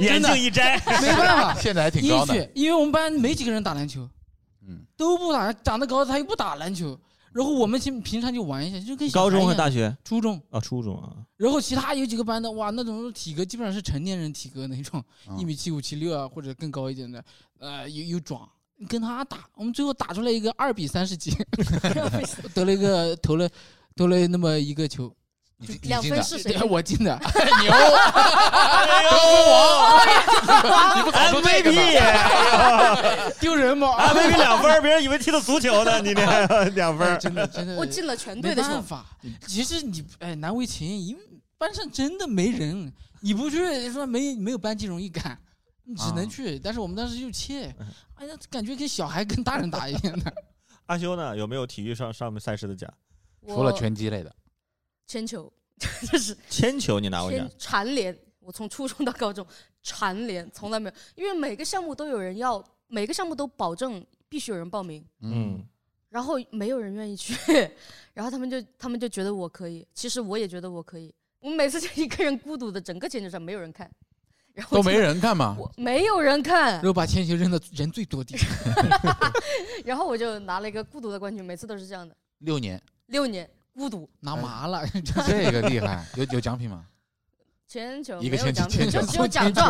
Speaker 4: 眼镜一摘，
Speaker 3: 没办法，
Speaker 5: 现在还挺
Speaker 3: 一
Speaker 5: 高的，
Speaker 3: 去，因为我们班没几个人打篮球，
Speaker 5: 嗯，
Speaker 3: 都不打，长得高的他又不打篮球。然后我们平平常就玩一下，就跟小
Speaker 4: 高中
Speaker 3: 孩
Speaker 4: 和
Speaker 3: 一样
Speaker 4: 大学
Speaker 3: 初中，
Speaker 4: 啊，初中啊，
Speaker 3: 然后其他有几个班的哇，那种体格基本上是成年人体格那种，
Speaker 5: 嗯
Speaker 3: 一米七五、七六啊，或者更高一点的，呃，又又壮，跟他打，我们最后打出来 一个二比三十几，得了一个投了投了那么一个球，
Speaker 5: 你进你
Speaker 6: 两
Speaker 5: 进
Speaker 6: 分
Speaker 5: 的
Speaker 6: 是谁？
Speaker 3: 我进 的，
Speaker 5: 牛，得分王，你不早说这个呢？
Speaker 4: MVP，MVP
Speaker 3: 丢人 吗？
Speaker 4: 两分儿，别人以为踢的足球 呢，你这两分儿。
Speaker 3: 哎真的真的，
Speaker 6: 我进了全队
Speaker 3: 没
Speaker 6: 的球
Speaker 3: 办。法，
Speaker 5: 嗯
Speaker 3: 其实你哎难为情，因为班上真的没人，你不去说没没有班级荣誉感，你只
Speaker 5: 啊
Speaker 3: 能去。但是我们当时就怯，
Speaker 5: 嗯
Speaker 3: 哎呀，感觉跟小孩跟大人打一样的。
Speaker 4: 阿修呢？有没有体育上上面赛事的奖？
Speaker 6: 我
Speaker 5: 除了拳击类的，
Speaker 6: 铅球，就是
Speaker 4: 铅球
Speaker 5: 啊
Speaker 4: 你拿过奖
Speaker 6: 铅？蝉联，我从初中到高中蝉联从来没有，因为每个项目都有人要，每个项目都保证必须有人报名，
Speaker 5: 嗯，
Speaker 6: 然后没有人愿意去， 然后他们就他们就觉得我可以，其实我也觉得我可以，我每次就一个人孤独的，整个铅球场没有人看，然后
Speaker 5: 都没
Speaker 6: 就
Speaker 5: 人看嘛。
Speaker 6: 我没有人看
Speaker 3: 然，后把铅球扔到人最多地方，
Speaker 6: 然后我就拿了一个孤独的冠军，每次都是这样的，
Speaker 5: 六年，
Speaker 6: 六年孤独
Speaker 3: 拿麻了，
Speaker 5: 这个厉害，有有奖品吗？
Speaker 6: 铅球
Speaker 5: 一
Speaker 6: 没
Speaker 5: 个
Speaker 6: 有
Speaker 5: 铅球
Speaker 6: 奖品，
Speaker 5: 铅球
Speaker 6: 就只有奖状，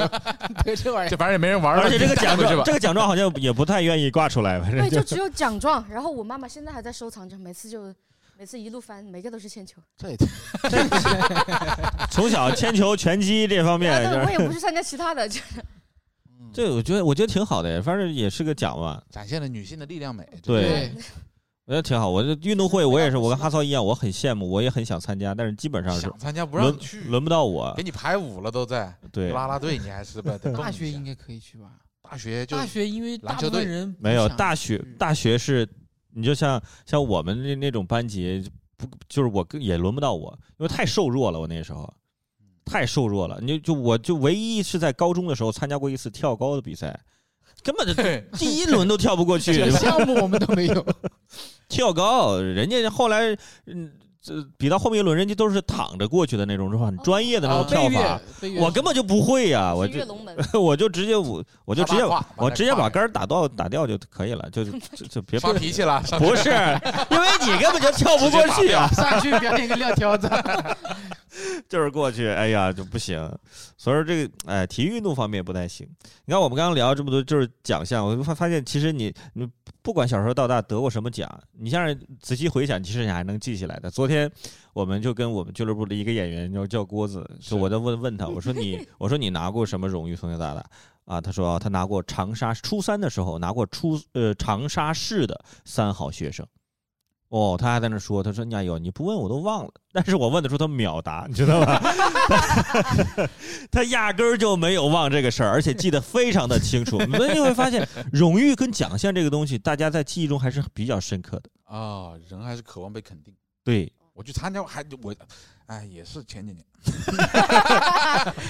Speaker 3: 得这玩意
Speaker 5: 这
Speaker 3: 儿。
Speaker 5: 反正也没人玩了，
Speaker 4: 而且这个
Speaker 5: 你带
Speaker 4: 奖
Speaker 5: 回去
Speaker 4: 状，
Speaker 5: 吧
Speaker 4: 这。个奖状好像也不太愿意挂出来，反正
Speaker 6: 对，
Speaker 4: 就
Speaker 6: 就只有奖状。然后我妈妈现在还在收藏着，每次就每次一路翻，每个都是铅球。
Speaker 5: 这也
Speaker 4: 从小铅球、拳击这方 面就
Speaker 6: 啊对，我
Speaker 4: 是。
Speaker 6: 也不去参加其他的，就
Speaker 4: 对，我觉得我觉得挺好的，反正也是个奖嘛。
Speaker 5: 展现了女性的力量美。
Speaker 4: 对
Speaker 3: 对，
Speaker 4: 我觉得挺好。我这运动会我也是，我跟哈曹一样，我很羡慕，我也很想参加，但是基本上是
Speaker 5: 想参加不让
Speaker 4: 轮
Speaker 5: 你去，
Speaker 4: 轮不到我
Speaker 5: 给。你排舞了都在
Speaker 4: 啊对，
Speaker 5: 啦啦队，你还 是不得动一下
Speaker 3: 大学应该可以去吧？
Speaker 5: 大学就
Speaker 3: 大 学因为大部分人不
Speaker 4: 没有
Speaker 3: 想
Speaker 4: 大学
Speaker 3: 去，
Speaker 4: 大学是，你就像像我们那那种班级，不就是我跟也轮不到我，因为太瘦弱了，我那时候
Speaker 5: 嗯
Speaker 4: 太瘦弱了。你就就我就唯一是在高中的时候参加过一次跳高的比赛，根本就
Speaker 5: 对
Speaker 4: 第一轮都跳不 过去，
Speaker 3: 这
Speaker 4: 对吧
Speaker 3: 项目我们都没 有。
Speaker 4: 跳高，人家后来嗯。这比到后面一轮，人家都是躺着过去的那种，是吧？
Speaker 5: 哦
Speaker 4: 很专业的那
Speaker 3: 啊
Speaker 4: 种跳法，，
Speaker 3: 背越
Speaker 4: 我根本就不会呀、啊我
Speaker 6: 是
Speaker 4: 就
Speaker 6: 跃龙门。
Speaker 4: 我就直接我我就直接
Speaker 5: 八卦
Speaker 4: 我直接把
Speaker 5: 八卦
Speaker 4: 杆儿打到打掉就可以了，就就就别
Speaker 5: 发脾气了， 上
Speaker 4: 不 是，因为你根本就跳不过去啊，
Speaker 3: 上去表演一个撂挑子。
Speaker 4: 就是过去，哎呀就不行。所以说这个，哎，体育运动方面不太行。你看我们刚刚聊这么多，就是奖项，我就发发现其实你你不管小时候到大得过什么奖，你像是仔细回想，其实你还能记起来的。昨天我们就跟我们俱乐部的一个演员叫叫郭子，
Speaker 5: 是
Speaker 4: 就我在问问他，我说你我说你拿过什么荣誉从小到大？啊，他说啊他拿过长沙初三的时候拿过初呃长沙市的三好学生。哦，他还在那说，他说：“哎呦，你不问我都忘了。”但是我问的时候，他秒答，你知道吧？ 他压根儿就没有忘这个事儿，而且记得非常的清楚。所以你会发现，荣誉跟奖项这个东西，大家在记忆中还是比较深刻的。
Speaker 5: 啊，人还是渴望被肯定。
Speaker 4: 对，
Speaker 5: 我去参加，还我，哎，也是前几年。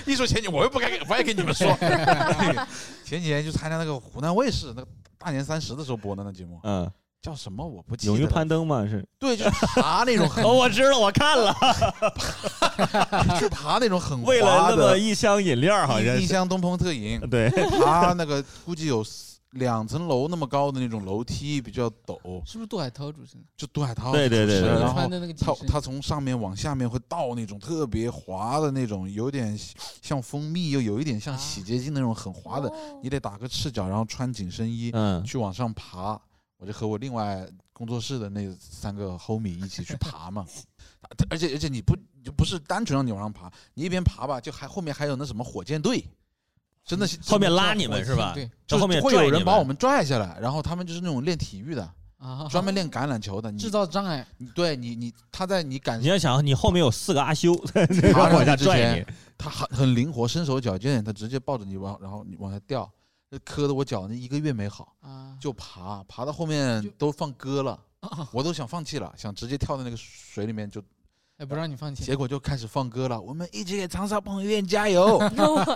Speaker 5: 一说前几，我又不该给，我也跟你们说， 前几年就参加那个湖南卫视那个大年三十的时候播的那节目，
Speaker 4: 嗯，
Speaker 5: 叫什么我不记得
Speaker 4: 勇于
Speaker 5: 了。
Speaker 4: 攀登嘛是。
Speaker 5: 对，就是爬那 种很，
Speaker 4: 哦，我知道，我看了，
Speaker 5: 去爬那种很
Speaker 4: 为了
Speaker 5: 滑
Speaker 4: 那么
Speaker 5: 的，
Speaker 4: 一箱饮料，好像
Speaker 5: 一
Speaker 4: 是。
Speaker 5: 箱东风特饮，
Speaker 4: 对，
Speaker 5: 爬那个估计有四两层楼那么高的那种楼梯，比较陡，
Speaker 3: 是不是杜海涛主持人？
Speaker 5: 就杜海涛
Speaker 4: 对对对
Speaker 5: 主持人
Speaker 4: 对
Speaker 5: 然后
Speaker 3: 穿的那个
Speaker 5: 他
Speaker 3: 紧身
Speaker 5: 他从上面往下面会倒那种特别滑的那种，有点像蜂蜜，又有一点像洗洁精那种很滑的，
Speaker 6: 哦
Speaker 5: 你得打个赤脚，然后穿紧身衣
Speaker 4: 嗯，
Speaker 5: 去往上爬。我就和我另外工作室的那三个 homie 一起去爬嘛， 而且而且你不你就不是单纯让你往上爬，你一边爬吧，就还后面还有那什么火箭队，真的是
Speaker 4: 后面拉你们是吧？
Speaker 3: 对
Speaker 4: 到
Speaker 5: 就
Speaker 4: 后面
Speaker 5: 会
Speaker 4: 拽
Speaker 5: 有
Speaker 4: 你
Speaker 5: 人
Speaker 4: 们
Speaker 5: 把我们拽下来，然后他们就是那种练体育的，
Speaker 3: 啊，
Speaker 5: 专门练橄榄球的，你
Speaker 3: 制造障碍。
Speaker 5: 你对你你他在你感
Speaker 4: 你要想，你后面有四个阿修
Speaker 5: 爬
Speaker 4: 往下
Speaker 5: 上去之
Speaker 4: 拽你
Speaker 5: 前，，他很很灵活，身手矫健，他直接抱着你往，然后你往下掉，就磕的我脚那一个月没好，
Speaker 3: 啊，
Speaker 5: 就爬，爬到后面
Speaker 3: 就啊
Speaker 5: 都放歌了，我都想放弃了，想直接跳到那个水里面就，
Speaker 3: 哎，不让你放弃，
Speaker 5: 结果就开始放歌了，我们一起给长沙彭于晏 加油，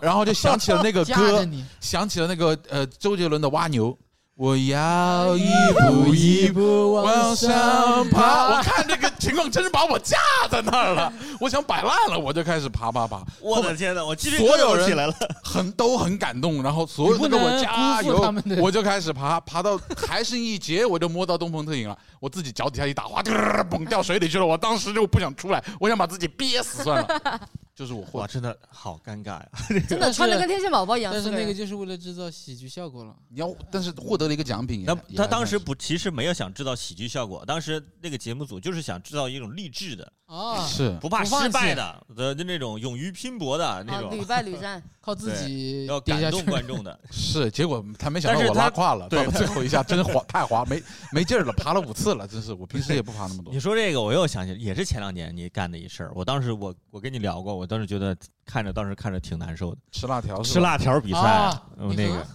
Speaker 5: 然后就想起了那个
Speaker 3: 架着
Speaker 5: 歌，
Speaker 3: 你，
Speaker 5: 想起了那个呃周杰伦的蛙牛，我要一步一步。
Speaker 3: 步
Speaker 5: 往上爬，我看这个情况真是把我架在那儿了，我想摆烂了，我就开始爬爬爬，
Speaker 4: 我的天哪，我鸡皮
Speaker 5: 所
Speaker 4: 疙
Speaker 5: 有
Speaker 4: 瘩
Speaker 5: 人
Speaker 4: 起来了。
Speaker 5: 很都很感动，然后所有
Speaker 3: 你不
Speaker 5: 人都给我
Speaker 3: 能
Speaker 5: 加
Speaker 3: 辜负他
Speaker 5: 油
Speaker 3: 们的，
Speaker 5: 我就开始爬，爬到还剩一节，我就摸到东鹏特饮了，我自己脚底下一打滑，嘣、掉水里去了，我当时就不想出来，我想把自己憋死算了。就是我获
Speaker 4: 哇，，真的好尴尬呀！
Speaker 6: 真的穿的跟天线宝宝一样。
Speaker 3: 但是
Speaker 6: 四
Speaker 3: 那
Speaker 6: 人
Speaker 3: 个就是为了制造喜剧效果了。
Speaker 5: 你要但是获得了一个奖品也
Speaker 4: 那
Speaker 5: 还，
Speaker 4: 他当时
Speaker 5: 时
Speaker 4: 不，其实没有想制造喜剧效果，当时那个节目组就是想制造一种励志的、
Speaker 3: 啊，
Speaker 5: 是
Speaker 4: 不怕
Speaker 3: 不放
Speaker 4: 失败
Speaker 3: 弃
Speaker 4: 的的就那种勇于拼搏的那
Speaker 6: 啊，
Speaker 4: 种
Speaker 6: 屡，败屡战，
Speaker 3: 靠自己
Speaker 4: 要
Speaker 3: 跌
Speaker 4: 感
Speaker 3: 下
Speaker 4: 动
Speaker 3: 去。
Speaker 4: 观众的。
Speaker 5: 是，结果他没想到
Speaker 4: 但是
Speaker 5: 我
Speaker 4: 他
Speaker 5: 拉胯了，到
Speaker 4: 对
Speaker 5: 了最后一下真是滑太滑，没没劲儿了，爬了五次了，真是我平时也不爬那么多
Speaker 4: 你。说这个，我又想起，也是前两年你干的一事儿。我当时我我跟你聊过，我当时觉得看着当时看着挺难受的。
Speaker 5: 吃辣条是吧
Speaker 4: 吃，辣条比赛，
Speaker 3: 啊
Speaker 4: 嗯
Speaker 3: 你
Speaker 4: 那
Speaker 3: 和
Speaker 4: 个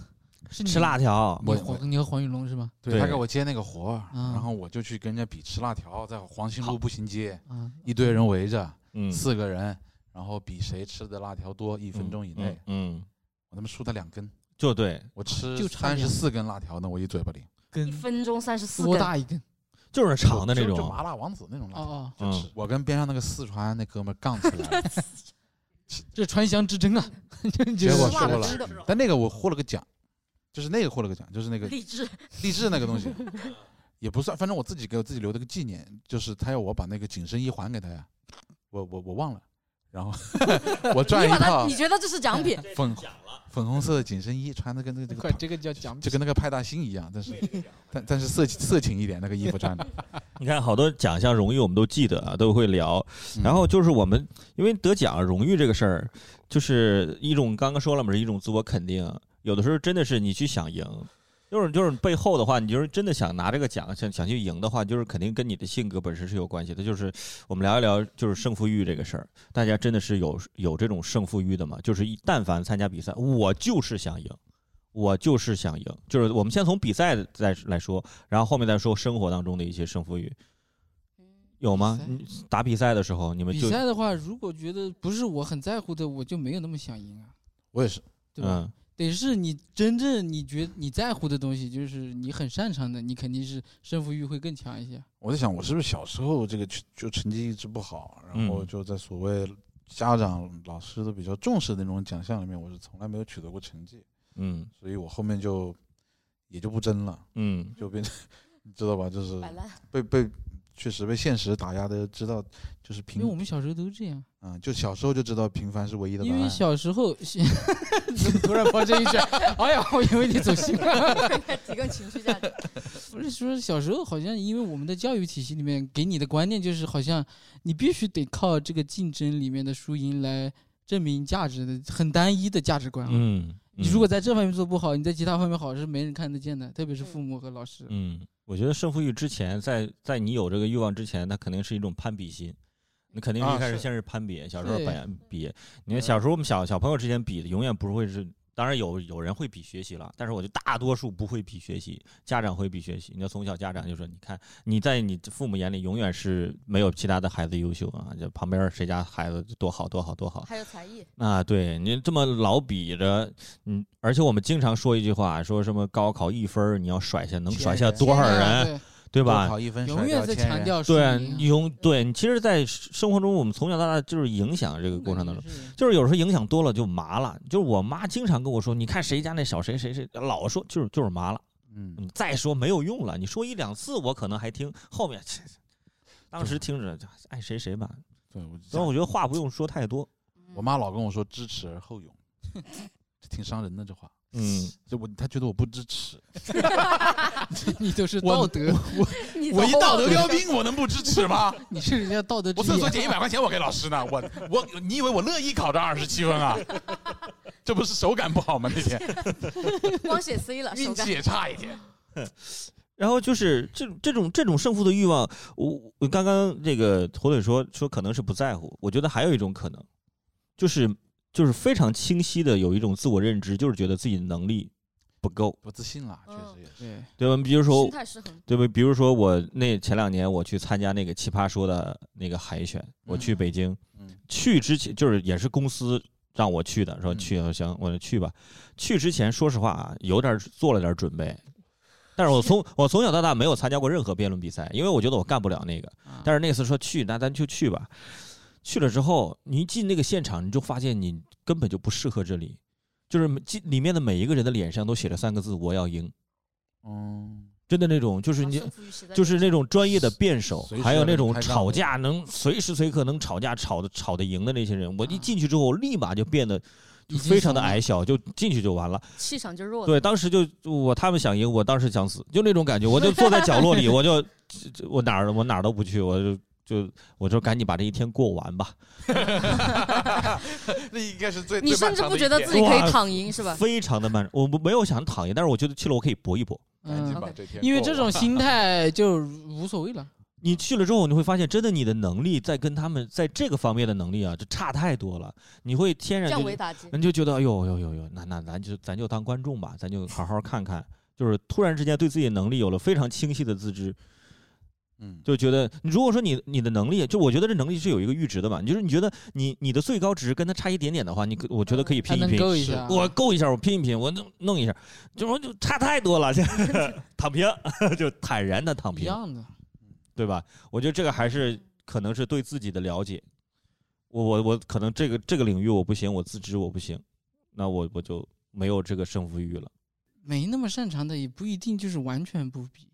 Speaker 3: 是你
Speaker 4: 吃辣条，
Speaker 3: 你
Speaker 5: 我
Speaker 3: 和你和黄玉龙是吗？
Speaker 5: 对
Speaker 4: 对
Speaker 5: 他给我接那个活儿，
Speaker 3: 嗯
Speaker 5: 然后我就去跟人家比吃辣条，在黄兴路步行街，
Speaker 3: 啊，
Speaker 5: 一堆人围着，
Speaker 4: 嗯，
Speaker 5: 四个人，然后比谁吃的辣条多，一分钟以内，
Speaker 4: 嗯，嗯，
Speaker 5: 我他妈输他两根，
Speaker 4: 就对，
Speaker 5: 我吃
Speaker 3: 就差
Speaker 5: 三
Speaker 3: 两
Speaker 5: 十四根辣条呢，我一嘴巴里，
Speaker 3: 跟
Speaker 6: 一分钟三十四
Speaker 3: 多
Speaker 6: 根，
Speaker 3: 大一根？
Speaker 4: 就是长的那
Speaker 5: 就就
Speaker 4: 种，啊嗯
Speaker 5: 麻辣王子那种辣
Speaker 3: 哦
Speaker 5: 条，
Speaker 3: 哦，
Speaker 5: 就吃。我跟边上那个四川那哥们儿杠起来了，
Speaker 3: 这传香之争啊！ 就
Speaker 5: 结果
Speaker 3: 是
Speaker 5: 输
Speaker 6: 辣的
Speaker 5: 了
Speaker 6: 真的
Speaker 5: 但那个我获了个奖，就是那个获了个奖，就是 那个
Speaker 6: 励志，
Speaker 5: 励志那个 东西，也不算，反正我自己给我自己留了个纪念，就是他要我把那个紧身衣还给他呀，我我我忘了，然 后我赚
Speaker 6: 你
Speaker 5: 一
Speaker 6: 把它，
Speaker 5: 套
Speaker 6: 你觉得这是奖品？
Speaker 5: 粉粉红色的紧身衣，穿的跟那个这
Speaker 3: 快
Speaker 5: 个
Speaker 3: 这个叫奖品
Speaker 5: 就跟那个派大星一样，但是但但是色情色情一点那个衣服穿的，
Speaker 4: 你看好多奖项荣誉我们都记得啊，都会聊。然后就是我们因为得奖荣誉这个事儿，就是一种刚刚说了嘛，是一种自我肯定。有的时候真的是你去想赢，就是就是背后的话，你就是真的想拿这个奖，想想去赢的话，就是肯定跟你的性格本身是有关系的。就是我们聊一聊，就是胜负欲这个事儿，大家真的是有有这种胜负欲的吗？就是一但凡参加比赛，我就是想赢。我就是想赢，就是我们先从比赛再来说，然后后面再说生活当中的一些胜负欲，有吗？
Speaker 3: 比
Speaker 4: 你打比赛的时候，你们
Speaker 3: 比
Speaker 4: 就
Speaker 3: 赛的话，如果觉得不是我很在乎的，我就没有那么想赢啊，
Speaker 5: 我也是，
Speaker 3: 对吧？
Speaker 4: 嗯
Speaker 3: 得是你真正你觉你在乎的东西，就是你很擅长的，你肯定是胜负欲会更强一些。
Speaker 5: 我在想我是不是小时候这个就就成绩一直不好，然后
Speaker 4: 嗯
Speaker 5: 就在所谓家长老师都比较重视的那种奖项里面，我是从来没有取得过成绩，
Speaker 4: 嗯
Speaker 5: 所以我后面就也就不争了。
Speaker 4: 嗯
Speaker 5: 就变成你知道吧？就是
Speaker 6: 摆烂，
Speaker 5: 被被确实被现实打压的，知道就是
Speaker 3: 因
Speaker 5: 平
Speaker 3: 为我们小时候都这样，
Speaker 5: 嗯，就小时候就知道平凡是唯一的答
Speaker 3: 因为
Speaker 5: 案。
Speaker 3: 小时候， 怎么突然抛这一句， 哎呀，我以为你走心了。
Speaker 6: 提供情绪价值。
Speaker 3: 不是说小时候好像因为我们的教育体系里面给你的观念就是好像你必须得靠这个竞争里面的输赢来证明价值的很单一的价值观啊。
Speaker 4: 嗯，
Speaker 3: 你如果在这方面做不好，你在其他方面好是没人看得见的，特别是父母和老师。
Speaker 4: 嗯，我觉得胜负欲之前，在在你有这个欲望之前，它肯定是一种攀比心。你肯定
Speaker 5: 啊
Speaker 4: 一开始
Speaker 5: 是
Speaker 4: 先是攀比，小时候
Speaker 3: 对
Speaker 4: 本比，你看小时候我们小小朋友之间比的，永远不会是，当然有有人会比学习了，但是我觉得大多数不会比学习，家长会比学习。你要从小家长就说，你看你在你父母眼里永远是没有其他的孩子优秀啊，就旁边谁家孩子多好多好多好，
Speaker 6: 还有才艺，
Speaker 4: 啊，对你这么老比着，嗯，而且我们经常说一句话，说什么高考一分儿你要甩下能
Speaker 5: 千
Speaker 4: 甩下
Speaker 5: 人
Speaker 4: 多少
Speaker 3: 对啊
Speaker 4: 人，对
Speaker 5: 多
Speaker 4: 吧？
Speaker 5: 考一分
Speaker 3: 对
Speaker 5: 甩
Speaker 3: 永远
Speaker 5: 掉
Speaker 3: 在
Speaker 5: 千人
Speaker 3: 强调输
Speaker 4: 对，
Speaker 3: 赢啊。
Speaker 4: 永对，你其实，在生活中，我们从小到大就是影响这个过程当中，
Speaker 3: 是的，
Speaker 4: 就是有时候影响多了就麻了。就是我妈经常跟我说，你看谁家那小谁谁谁，老说就是就是麻了。
Speaker 5: 嗯，
Speaker 4: 嗯，再说没有用了，你说一两次我可能还听，后面 当时听着就爱谁谁吧。
Speaker 5: 对我
Speaker 4: 所以
Speaker 5: 就
Speaker 4: 我觉得话不用说太多，
Speaker 5: 我妈老跟我说知耻而后勇，这挺伤人的这话。
Speaker 4: 嗯，
Speaker 5: 就我她觉得我不知耻，
Speaker 3: 你都是
Speaker 5: 我
Speaker 3: 道德，
Speaker 6: 你
Speaker 5: 我一
Speaker 6: 懂
Speaker 5: 道德标兵，我能不知耻吗？
Speaker 3: 你是人家道德之
Speaker 5: 我厕所
Speaker 3: 眼。
Speaker 5: 减一百块钱我给老师呢， 我我你以为我乐意考这二十七分啊？ 这不是手感不好吗？那天
Speaker 6: 光写 C 了，手
Speaker 5: 运
Speaker 6: 感
Speaker 5: 气也 差一点。
Speaker 4: 然后就是这这种这种胜负的欲望，我我刚刚这个火腿说说可能是不在乎，我觉得还有一种可能，就是就是非常清晰的有一种自我认知，就是觉得自己的能力不够，
Speaker 5: 不自信啦，确
Speaker 6: 嗯
Speaker 5: 实也是。
Speaker 3: 对，
Speaker 4: 对吧？比如说
Speaker 6: 心态失衡，
Speaker 4: 对吧？比如说我那前两年我去参加那个奇葩说的那个海选，我去北京，
Speaker 5: 嗯
Speaker 4: 去之前就是也是公司让我去的，说
Speaker 5: 嗯
Speaker 4: 去行，我就去吧。去之前说实话啊，有点做了点准备，但是我从我从小到大没有参加过任何辩论比赛，因为我觉得我干不了那个。
Speaker 3: 啊
Speaker 4: 但是那次说去，那咱就去吧。去了之后，你一进那个现场，你就发现你根本就不适合这里，就是进里面的每一个人的脸上都写着三个字“我要赢”。
Speaker 5: 嗯，
Speaker 4: 真的那种，就是你
Speaker 6: 胜负欲实在
Speaker 4: 就是那种专业的辩手
Speaker 5: 随，时
Speaker 4: 还有那种
Speaker 5: 开杠
Speaker 4: 吵架能随时随刻能吵架吵的吵得赢的那些人，我一进去之后，我立马就变得
Speaker 3: 已
Speaker 4: 就
Speaker 3: 经
Speaker 4: 非常的
Speaker 3: 怂了
Speaker 4: 矮小，就进去就完了。
Speaker 6: 气场就弱了。
Speaker 4: 对，当时就我他们想赢，我当时想死，就那种感觉，我就坐在角落里，我就我哪儿我哪儿都不去，我就。就我说赶紧把这一天过完吧，
Speaker 5: 那应该是最
Speaker 6: 你甚至不觉得自己可以躺赢是吧？
Speaker 4: 非常的慢，我不没有想躺赢，但是我觉得去了我可以搏一搏。
Speaker 3: 嗯，
Speaker 6: 把
Speaker 3: 因为这种心态就无所谓了。
Speaker 4: 你去了之后，你会发现，真的你的能力在跟他们在这个方面的能力啊，就差太多了。你会天然
Speaker 6: 降
Speaker 4: 就
Speaker 6: 维打击，
Speaker 4: 人就觉得，哎呦呦呦呦，那那咱就咱就当观众吧，咱就好好看看。就是突然之间对自己的能力有了非常清晰的自知，
Speaker 5: 嗯，
Speaker 4: 就觉得如果说你你的能力，就我觉得这能力是有一个阈值的嘛，就是你觉得你你的最高值跟他差一点点的话，你可我觉得可以
Speaker 3: 还
Speaker 4: 拼
Speaker 3: 嗯
Speaker 4: 一
Speaker 3: 能
Speaker 4: 拼，
Speaker 3: 够一下，
Speaker 4: 我够一下，我拼一拼，我弄弄一下，就我就差太多了，就 躺平， 就坦然的躺
Speaker 3: 一
Speaker 4: 平。
Speaker 3: 样的。
Speaker 4: 对吧？我觉得这个还
Speaker 3: 嗯
Speaker 4: 是可能是对自己的了解。我我我可能这个这个领域我不行，我自知我不行，那我我就没有这个胜负欲了。
Speaker 3: 没那么擅长的也不一定就是完全不比。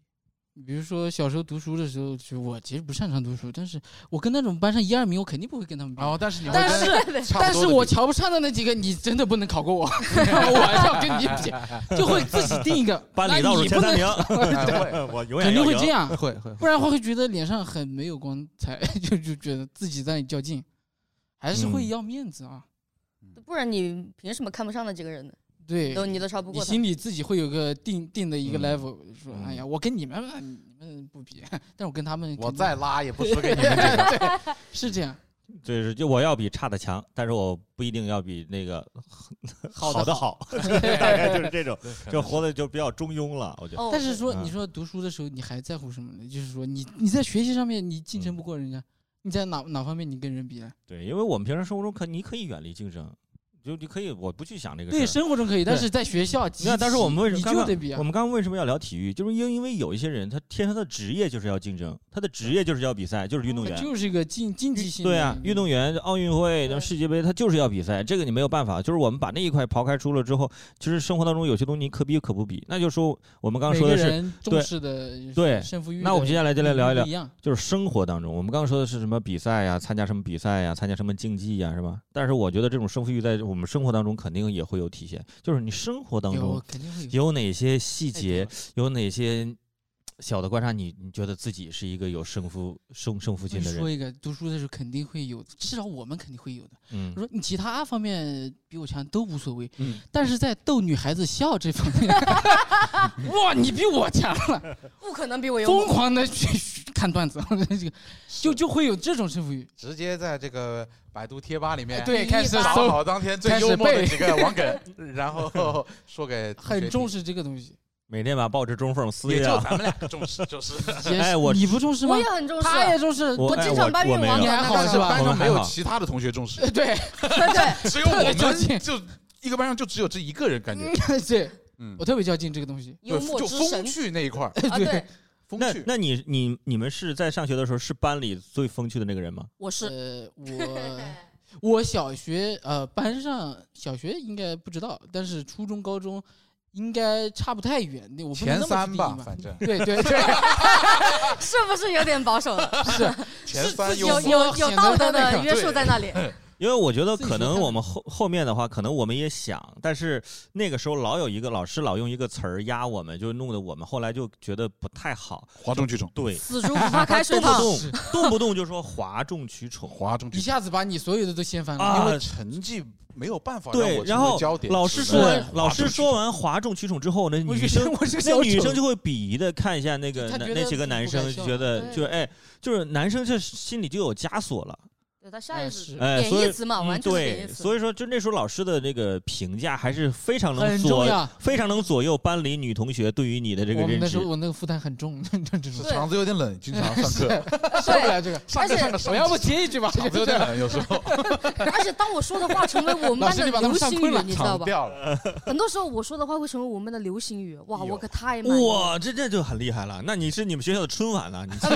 Speaker 3: 你比如说小时候读书的时候，就我其实不擅长读书，但是我跟那种班上一二名，我肯定不会跟他们比。
Speaker 5: 然后但是你会
Speaker 3: 但
Speaker 5: 跟
Speaker 3: 是
Speaker 5: 哦差不
Speaker 3: 但
Speaker 5: 多
Speaker 3: 是
Speaker 5: 的
Speaker 3: 我
Speaker 5: 比
Speaker 3: 瞧不上的那几个，你真的不能考过 我，我还是要跟你比，就会自己定一个。
Speaker 4: 班
Speaker 3: 那
Speaker 4: 里倒数
Speaker 3: 你
Speaker 4: 前
Speaker 3: 不能
Speaker 4: 三名，
Speaker 5: 哎会
Speaker 4: 我永远
Speaker 3: 肯定
Speaker 4: 要
Speaker 3: 会
Speaker 4: 赢
Speaker 3: 这 样，
Speaker 5: 会会
Speaker 3: 不然会觉得脸上很没有光彩， 就就觉得自己在那里较劲，还是会
Speaker 4: 嗯
Speaker 3: 要面子啊。
Speaker 6: 不然你凭什么看不上那几个人呢？
Speaker 3: 对，
Speaker 6: 都你都超不
Speaker 3: 你
Speaker 6: 过他。
Speaker 3: 心里自己会有个定定的一个
Speaker 4: 嗯
Speaker 3: level，、说
Speaker 4: 嗯
Speaker 3: 哎呀，我跟你们你们不比， 但我跟他们
Speaker 5: 我
Speaker 3: 在
Speaker 5: 再拉也不输给你们这个。
Speaker 3: 是这样，
Speaker 4: 嗯就是就我要比差的强，但是我不一定要比那个 好
Speaker 3: 的
Speaker 4: 的好， 大概就是这种，就活的就比较中庸了。我觉得
Speaker 6: 哦
Speaker 3: 但是说
Speaker 4: 嗯
Speaker 3: 你说读书的时候你还在乎什么呢？就是说你你在学习上面你竞
Speaker 4: 嗯
Speaker 3: 争不过人家，你在哪哪方面你跟人比啊？
Speaker 4: 对，因为我们平常生活中可你可以远离竞争，就你可以我不去想这个事儿。
Speaker 3: 对，生活中可以，但
Speaker 4: 对
Speaker 3: 是在学校，
Speaker 4: 那但是我们为什
Speaker 3: 你
Speaker 4: 么刚
Speaker 3: 就
Speaker 4: 刚
Speaker 3: 得比啊
Speaker 4: 我？们刚刚为什么要聊体育？就是因因为有一些人，他天生的职业就是要竞争，他的职业就是要比赛，就是运动员。
Speaker 3: 就是一个竞竞技性的
Speaker 4: 对啊，
Speaker 3: 一个
Speaker 4: 运动员奥运会、那世界杯，他就是要比赛，这个你没有办法。就是我们把那一块刨开出了之后，其实生活当中有些东西你可比可不比。那就说我们刚刚
Speaker 3: 每
Speaker 4: 说
Speaker 3: 个
Speaker 4: 的是，
Speaker 3: 人重视的
Speaker 4: 对
Speaker 3: 胜负欲的。
Speaker 4: 那我们接下来就来聊一聊
Speaker 3: 不一，样，
Speaker 4: 就是生活当中，我们刚刚说的是什么比赛呀、参加什么比赛呀、参加什么竞技呀、是吧？但是我觉得这种胜负欲在我们生活当中肯定也会有体现，就是你生活当中
Speaker 3: 有肯定会有。哎
Speaker 4: 有哪些细
Speaker 3: 太
Speaker 4: 节
Speaker 3: 多，
Speaker 4: 有哪些小的观察你，你觉得自己是一个有胜负胜胜负
Speaker 3: 我
Speaker 4: 心的
Speaker 3: 说
Speaker 4: 人？
Speaker 3: 一个，读书的时候肯定会有，至少我们肯定会有的。
Speaker 4: 嗯
Speaker 3: 我，说你其他方面比我强都无所谓，
Speaker 4: 嗯
Speaker 3: 但是在逗女孩子笑这方面，哇，你比我强了，
Speaker 6: 不可能比我
Speaker 3: 疯
Speaker 6: 有。
Speaker 3: 狂的去看段子， 这个就就会有这种胜负欲。
Speaker 5: 直接在这个百度贴吧里面
Speaker 3: 哎对，
Speaker 6: 一
Speaker 3: 开始
Speaker 5: 打
Speaker 3: 搜，
Speaker 5: 哎好当天最幽默的几个网梗，然后说给同学听
Speaker 3: 很重，啊视这个东西。
Speaker 4: 每天把报纸中缝撕
Speaker 5: 也就
Speaker 4: 掉。
Speaker 5: 咱们两个重视，就是
Speaker 3: 也是
Speaker 4: 哎我
Speaker 3: 你不重视吗
Speaker 6: 我？也很重视啊，
Speaker 3: 他也重视，
Speaker 4: 我
Speaker 6: 我
Speaker 4: 哎
Speaker 6: 经常搬
Speaker 4: 我
Speaker 6: 运
Speaker 4: 没
Speaker 6: 王
Speaker 4: 有
Speaker 3: 你还好
Speaker 6: 那
Speaker 3: 是
Speaker 6: 个
Speaker 3: 吧
Speaker 5: 班上
Speaker 4: 我
Speaker 5: 没
Speaker 4: 们还
Speaker 5: 有
Speaker 4: 好
Speaker 5: 其他的同学重视，
Speaker 3: 呃对
Speaker 6: 对，
Speaker 5: 只有我
Speaker 3: 特别较
Speaker 5: 们
Speaker 3: 劲
Speaker 5: 就一个班上就只有这一个人，感觉
Speaker 3: 对，
Speaker 5: 嗯
Speaker 3: 我，特别较劲这个东西。
Speaker 6: 幽
Speaker 5: 对，
Speaker 6: 默
Speaker 5: 就
Speaker 6: 之
Speaker 5: 风
Speaker 6: 神
Speaker 5: 趣那一块儿，
Speaker 6: 啊！对，
Speaker 5: 风
Speaker 4: 那
Speaker 5: 趣
Speaker 4: 那你你你们是在上学的时候是班里最风趣的那个人吗？
Speaker 6: 我是
Speaker 3: 呃，我我小学呃班上小学应该不知道，但是初中高中应该差不太远，那我不能那
Speaker 5: 前
Speaker 3: 么去
Speaker 5: 三
Speaker 3: 定义
Speaker 5: 吧，
Speaker 3: 嘛
Speaker 5: 反正
Speaker 3: 对对对，
Speaker 6: 是不是有点保 守了？
Speaker 5: 前三
Speaker 6: 有
Speaker 5: 幽默，
Speaker 6: 有有道德的约束在 那里。
Speaker 4: 因为我觉得
Speaker 3: 自己
Speaker 4: 可
Speaker 3: 说
Speaker 4: 能
Speaker 3: 看
Speaker 4: 我们后后面的话，可能我们也想，但是那个时候老有一个老师老用一个词儿压我们，就弄得我们后来就觉得不太好。
Speaker 5: 哗众取宠，
Speaker 4: 对，
Speaker 6: 死猪不怕 开水
Speaker 4: 动不
Speaker 6: 烫，
Speaker 4: 动动不动就说哗众取宠。
Speaker 5: 哗众取
Speaker 3: 一
Speaker 5: 宠，
Speaker 3: 下子把你所有的都掀翻了。
Speaker 4: 啊
Speaker 5: 因为成绩没有办法让
Speaker 4: 对，
Speaker 5: 我
Speaker 4: 然
Speaker 5: 成为
Speaker 4: 后
Speaker 5: 焦点，啊
Speaker 4: 老师
Speaker 5: 只
Speaker 4: 说
Speaker 5: 能
Speaker 4: 完，老
Speaker 5: 哗众
Speaker 4: 师
Speaker 5: 取
Speaker 4: 说
Speaker 5: 宠
Speaker 4: 完哗众取宠之后呢，
Speaker 3: 我
Speaker 4: 女
Speaker 3: 觉
Speaker 4: 生
Speaker 3: 得我是
Speaker 4: 那
Speaker 3: 小
Speaker 4: 女
Speaker 3: 丑
Speaker 4: 生就会鄙夷的看一下那个
Speaker 3: 她
Speaker 4: 那
Speaker 3: 觉得
Speaker 4: 那几个男生，
Speaker 3: 不
Speaker 4: 就
Speaker 3: 该
Speaker 4: 觉得
Speaker 6: 笑
Speaker 4: 就是哎，就是男生这心里就有枷锁了，
Speaker 6: 对他下意识
Speaker 3: 嗯
Speaker 4: 哎，
Speaker 6: 贬
Speaker 4: 所
Speaker 6: 义
Speaker 4: 以
Speaker 6: 词嘛，
Speaker 4: 嗯
Speaker 6: 完全是贬义
Speaker 4: 对，
Speaker 6: 词。
Speaker 4: 所以说就那时候老师的那个评价还是非常能
Speaker 3: 很重
Speaker 4: 左
Speaker 3: 要。
Speaker 4: 非常能左右班里女同学对于你的这个
Speaker 3: 我们
Speaker 4: 认
Speaker 3: 那时
Speaker 4: 知
Speaker 3: 候。我那个负担很重， 这种
Speaker 5: 是
Speaker 6: 对
Speaker 5: 肠子有点冷，经常上课，
Speaker 3: 受不了这个。
Speaker 5: 上课上课，
Speaker 3: 我要不接一句吧，
Speaker 5: 肠子有点冷，有时候
Speaker 6: 而且当我说的话成为我们
Speaker 3: 老
Speaker 6: 班
Speaker 3: 师
Speaker 6: 的
Speaker 3: 你把他
Speaker 6: 流
Speaker 3: 们上
Speaker 6: 行
Speaker 3: 困
Speaker 6: 语
Speaker 3: 了，
Speaker 6: 你知道
Speaker 5: 肠子？
Speaker 6: 吧
Speaker 5: 掉了，
Speaker 6: 很多时候我说的话会成为我们的流行语。哇，
Speaker 5: 哎呦
Speaker 6: 我可太满意了。
Speaker 4: 哇，这这就很厉害了！那你是你们学校的春晚了，你
Speaker 6: 啊，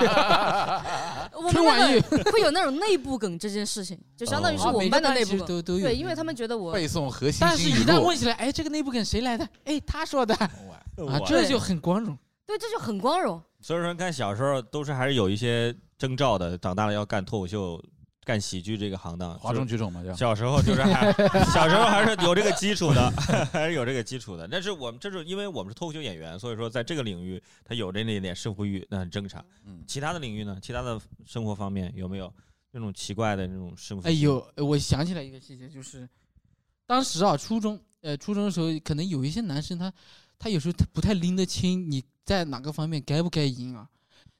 Speaker 6: 没有，我们
Speaker 3: 春晚
Speaker 6: 那
Speaker 3: 语
Speaker 6: 个 会有那种内部梗这件事情，就相当于是
Speaker 4: 哦
Speaker 6: 我们班的内
Speaker 3: 其实
Speaker 6: 部梗。
Speaker 3: 都都有。
Speaker 6: 对，因为他们觉得我
Speaker 5: 背诵核心
Speaker 3: 但是
Speaker 5: 新
Speaker 3: 一
Speaker 5: 语
Speaker 3: 旦
Speaker 5: 录
Speaker 3: 问起来，哎，这个内部梗谁来的？哎，他说的啊，
Speaker 4: 我
Speaker 3: 这就很光荣。
Speaker 6: 对，这就很光 荣。
Speaker 4: 所以说，你看小时候都是还是有一些征兆的，长大了要干脱口秀、干喜剧这个行当。
Speaker 5: 哗众取宠嘛，叫
Speaker 4: 小时候就是还小时候还是有这个基础的， 还是有这个基础的。但是我们这是因为我们是脱口秀演员，所以说在这个领域他有这那一点胜负欲，那很正常。
Speaker 5: 嗯
Speaker 4: 其他的领域呢，其他的生活方面有没有那种奇怪的那种胜负？
Speaker 3: 哎，有，呃我想起来一个细节，就是当时啊，初中，呃，初中的时候，可能有一些男生他，他有时候他不太拎得清你在哪个方面该不该赢啊。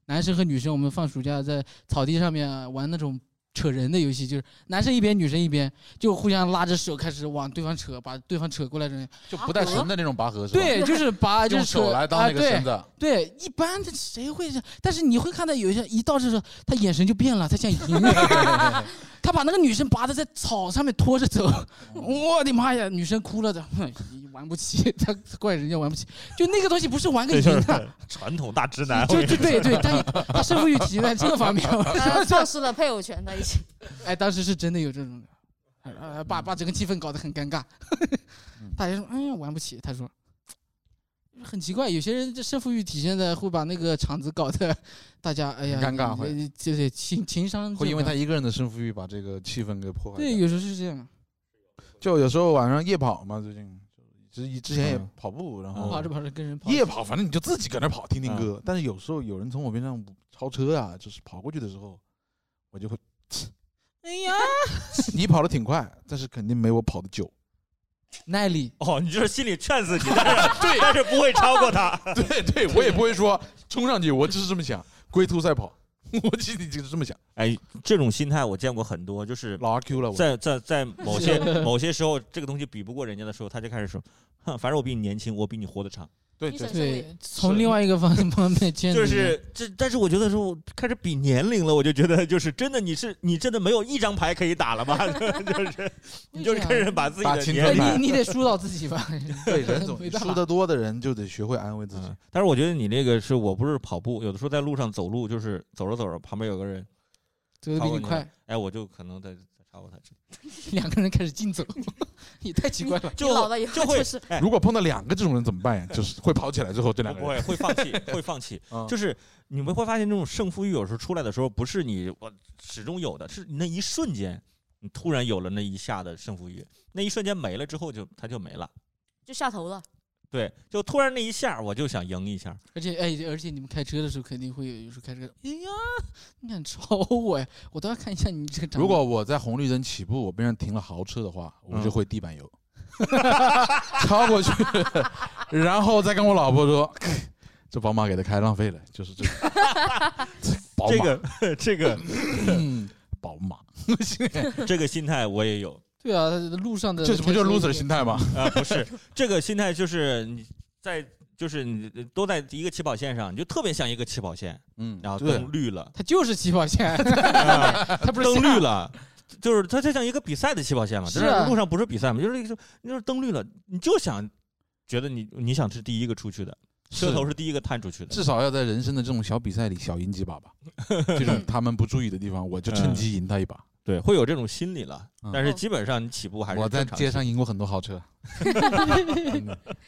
Speaker 3: 男生和女生，我们放暑假在草地上面啊玩那种扯人的游戏，就是男生一边，女生一边，就互相拉着手开始往对方扯，把对方扯过来这种。
Speaker 5: 就不带绳的那种拔河是吧？，
Speaker 3: 对，就是 把就
Speaker 5: 用
Speaker 3: 是
Speaker 5: 手
Speaker 3: 扯
Speaker 5: 来当
Speaker 3: 啊
Speaker 5: 那个
Speaker 3: 对
Speaker 5: 绳子，
Speaker 3: 对，一般的谁会这？但是你会看到有一些一到这时候，他眼神就变了，他想赢了，他把那个女生拔的在草上面拖着走，我的妈呀！女生哭 了的，哼玩不起，他怪人家玩不起，就那个东西不是玩个
Speaker 4: 这
Speaker 3: 赢
Speaker 4: 就是
Speaker 3: 的，
Speaker 4: 传统大直男。
Speaker 3: 就就对对，他他胜负欲体现在这个方面。
Speaker 6: 他丧失了配偶权在一起。
Speaker 3: 哎，当时是真的有这种的，呃
Speaker 5: 嗯
Speaker 3: 把把整个气氛搞得很尴尬。 大家说，嗯，玩不起。他说，很奇怪，有些人这胜负欲体现在会把那个场子搞得大家哎呀
Speaker 5: 很尴尬会
Speaker 3: 呃就是情情商
Speaker 5: 会
Speaker 3: 这
Speaker 5: 因为
Speaker 3: 块
Speaker 5: 他一个人的胜负欲把这个气氛给破坏掉。
Speaker 3: 对，有时候是这样，
Speaker 5: 就有时候晚上夜跑嘛，最近之之前也
Speaker 4: 嗯
Speaker 5: 跑步，然
Speaker 4: 嗯
Speaker 5: 后
Speaker 3: 跑着跑着跟人跑
Speaker 5: 哦夜跑，反正你就自己搁那跑，听听歌。但是有时候有人从我边上超车啊，就是跑过去的时候，我就会，
Speaker 3: 哎 呀，
Speaker 5: 你跑的挺快，但是肯定没我跑 的久。
Speaker 3: 耐力，
Speaker 4: 哦，你就是心里劝自己，但 是但是不会超过他。
Speaker 5: 对对，我也不会说冲上去，我就是这么想，龟兔赛跑， 我心里就是这么想。
Speaker 4: 哎，这种心态我见过很多，就是
Speaker 5: 老阿 Q 了，我
Speaker 4: 在在在某 些某些时候，这个东西比不过人家的时候，他就开始说，哼，反正我比你年轻，我比你活得长。
Speaker 5: 对
Speaker 6: 精
Speaker 5: 对
Speaker 6: 神胜利
Speaker 3: 对， 从另外一个方方面
Speaker 5: 嗯
Speaker 3: 牵制
Speaker 4: 就
Speaker 3: 人，
Speaker 4: 是这，但是我觉得说我开始比年龄了，我就觉得就是真的，你是你真的没有一张牌可以打了吧？ 就是你
Speaker 3: 啊
Speaker 4: 就是开始把自己
Speaker 5: 打
Speaker 4: 的
Speaker 5: 青
Speaker 4: 年
Speaker 5: 春
Speaker 4: 龄。
Speaker 3: 哎哎你你得疏导自己吧，
Speaker 5: 对，人 总
Speaker 3: 没办法
Speaker 5: 输得多的人就得学会安慰自己
Speaker 4: 嗯。，但是我觉得你那个是我不是跑步，有的时候在路上走路，就是走着走着旁边有个人，
Speaker 3: 走得比你快，
Speaker 4: 哎，我就可能在在超过他，
Speaker 3: 两个人开始竞 走，也太奇怪了。
Speaker 4: 就
Speaker 6: 你老了以
Speaker 4: 就
Speaker 6: 后
Speaker 4: 会
Speaker 6: 就是
Speaker 4: 哎
Speaker 5: 如果碰到两个这种人怎么办呀？就是会跑起来之后，这两
Speaker 4: 不
Speaker 5: 个
Speaker 4: 不
Speaker 5: 人
Speaker 4: 会会放弃，会放弃。
Speaker 5: 嗯
Speaker 4: 就是你们会发现，这种胜负欲有时候出来的时候，不是你我始终有的，是你那一瞬间，你突然有了那一下的胜负欲，那一瞬间没了之后就它就没了。
Speaker 6: 就下头了，
Speaker 4: 对，就突然那一下，我就想赢一下。
Speaker 3: 而且哎，而且你们开车的时候肯定会有，有时候开车，哎呀，你敢超我呀？我倒要看一下你这个长。
Speaker 5: 如果我在红绿灯起步，我边上停了豪车的话，
Speaker 4: 嗯
Speaker 5: 我就会地板油， 超过去， 然后再跟我老婆说， 这宝马给他开浪费了，就是这个，宝马，
Speaker 4: 这个这 个
Speaker 5: 嗯宝马，
Speaker 4: 这个心态我也有
Speaker 3: 对啊，路上的
Speaker 5: 这不就是 loser 心
Speaker 3: 态？
Speaker 5: 态吗？
Speaker 4: 啊、不 是这个心态，就是你在就是你都在一个起跑线上，你就特别像一个起跑线，
Speaker 5: 嗯，
Speaker 4: 然后
Speaker 5: 对
Speaker 4: 灯，绿了。
Speaker 3: 他就是起跑线， 他不是
Speaker 4: 灯
Speaker 3: 下
Speaker 4: 绿了，就是它就像一个比赛的起跑线嘛，
Speaker 3: 是
Speaker 4: 但路上不是比赛嘛，就是一个就是灯绿了，你就想觉得你你想是第一个出去的，车
Speaker 5: 是
Speaker 4: 头是第一个探出去的，
Speaker 5: 至少要在人生的这种小比赛里小赢几把吧，这种他们不注意的地方，我就趁机赢他一把。
Speaker 4: 对，会有这种心理了
Speaker 5: 嗯。
Speaker 4: 但是基本上你起步还是
Speaker 5: 我在
Speaker 4: 正常
Speaker 5: 街
Speaker 4: 起
Speaker 5: 上赢过很多豪车，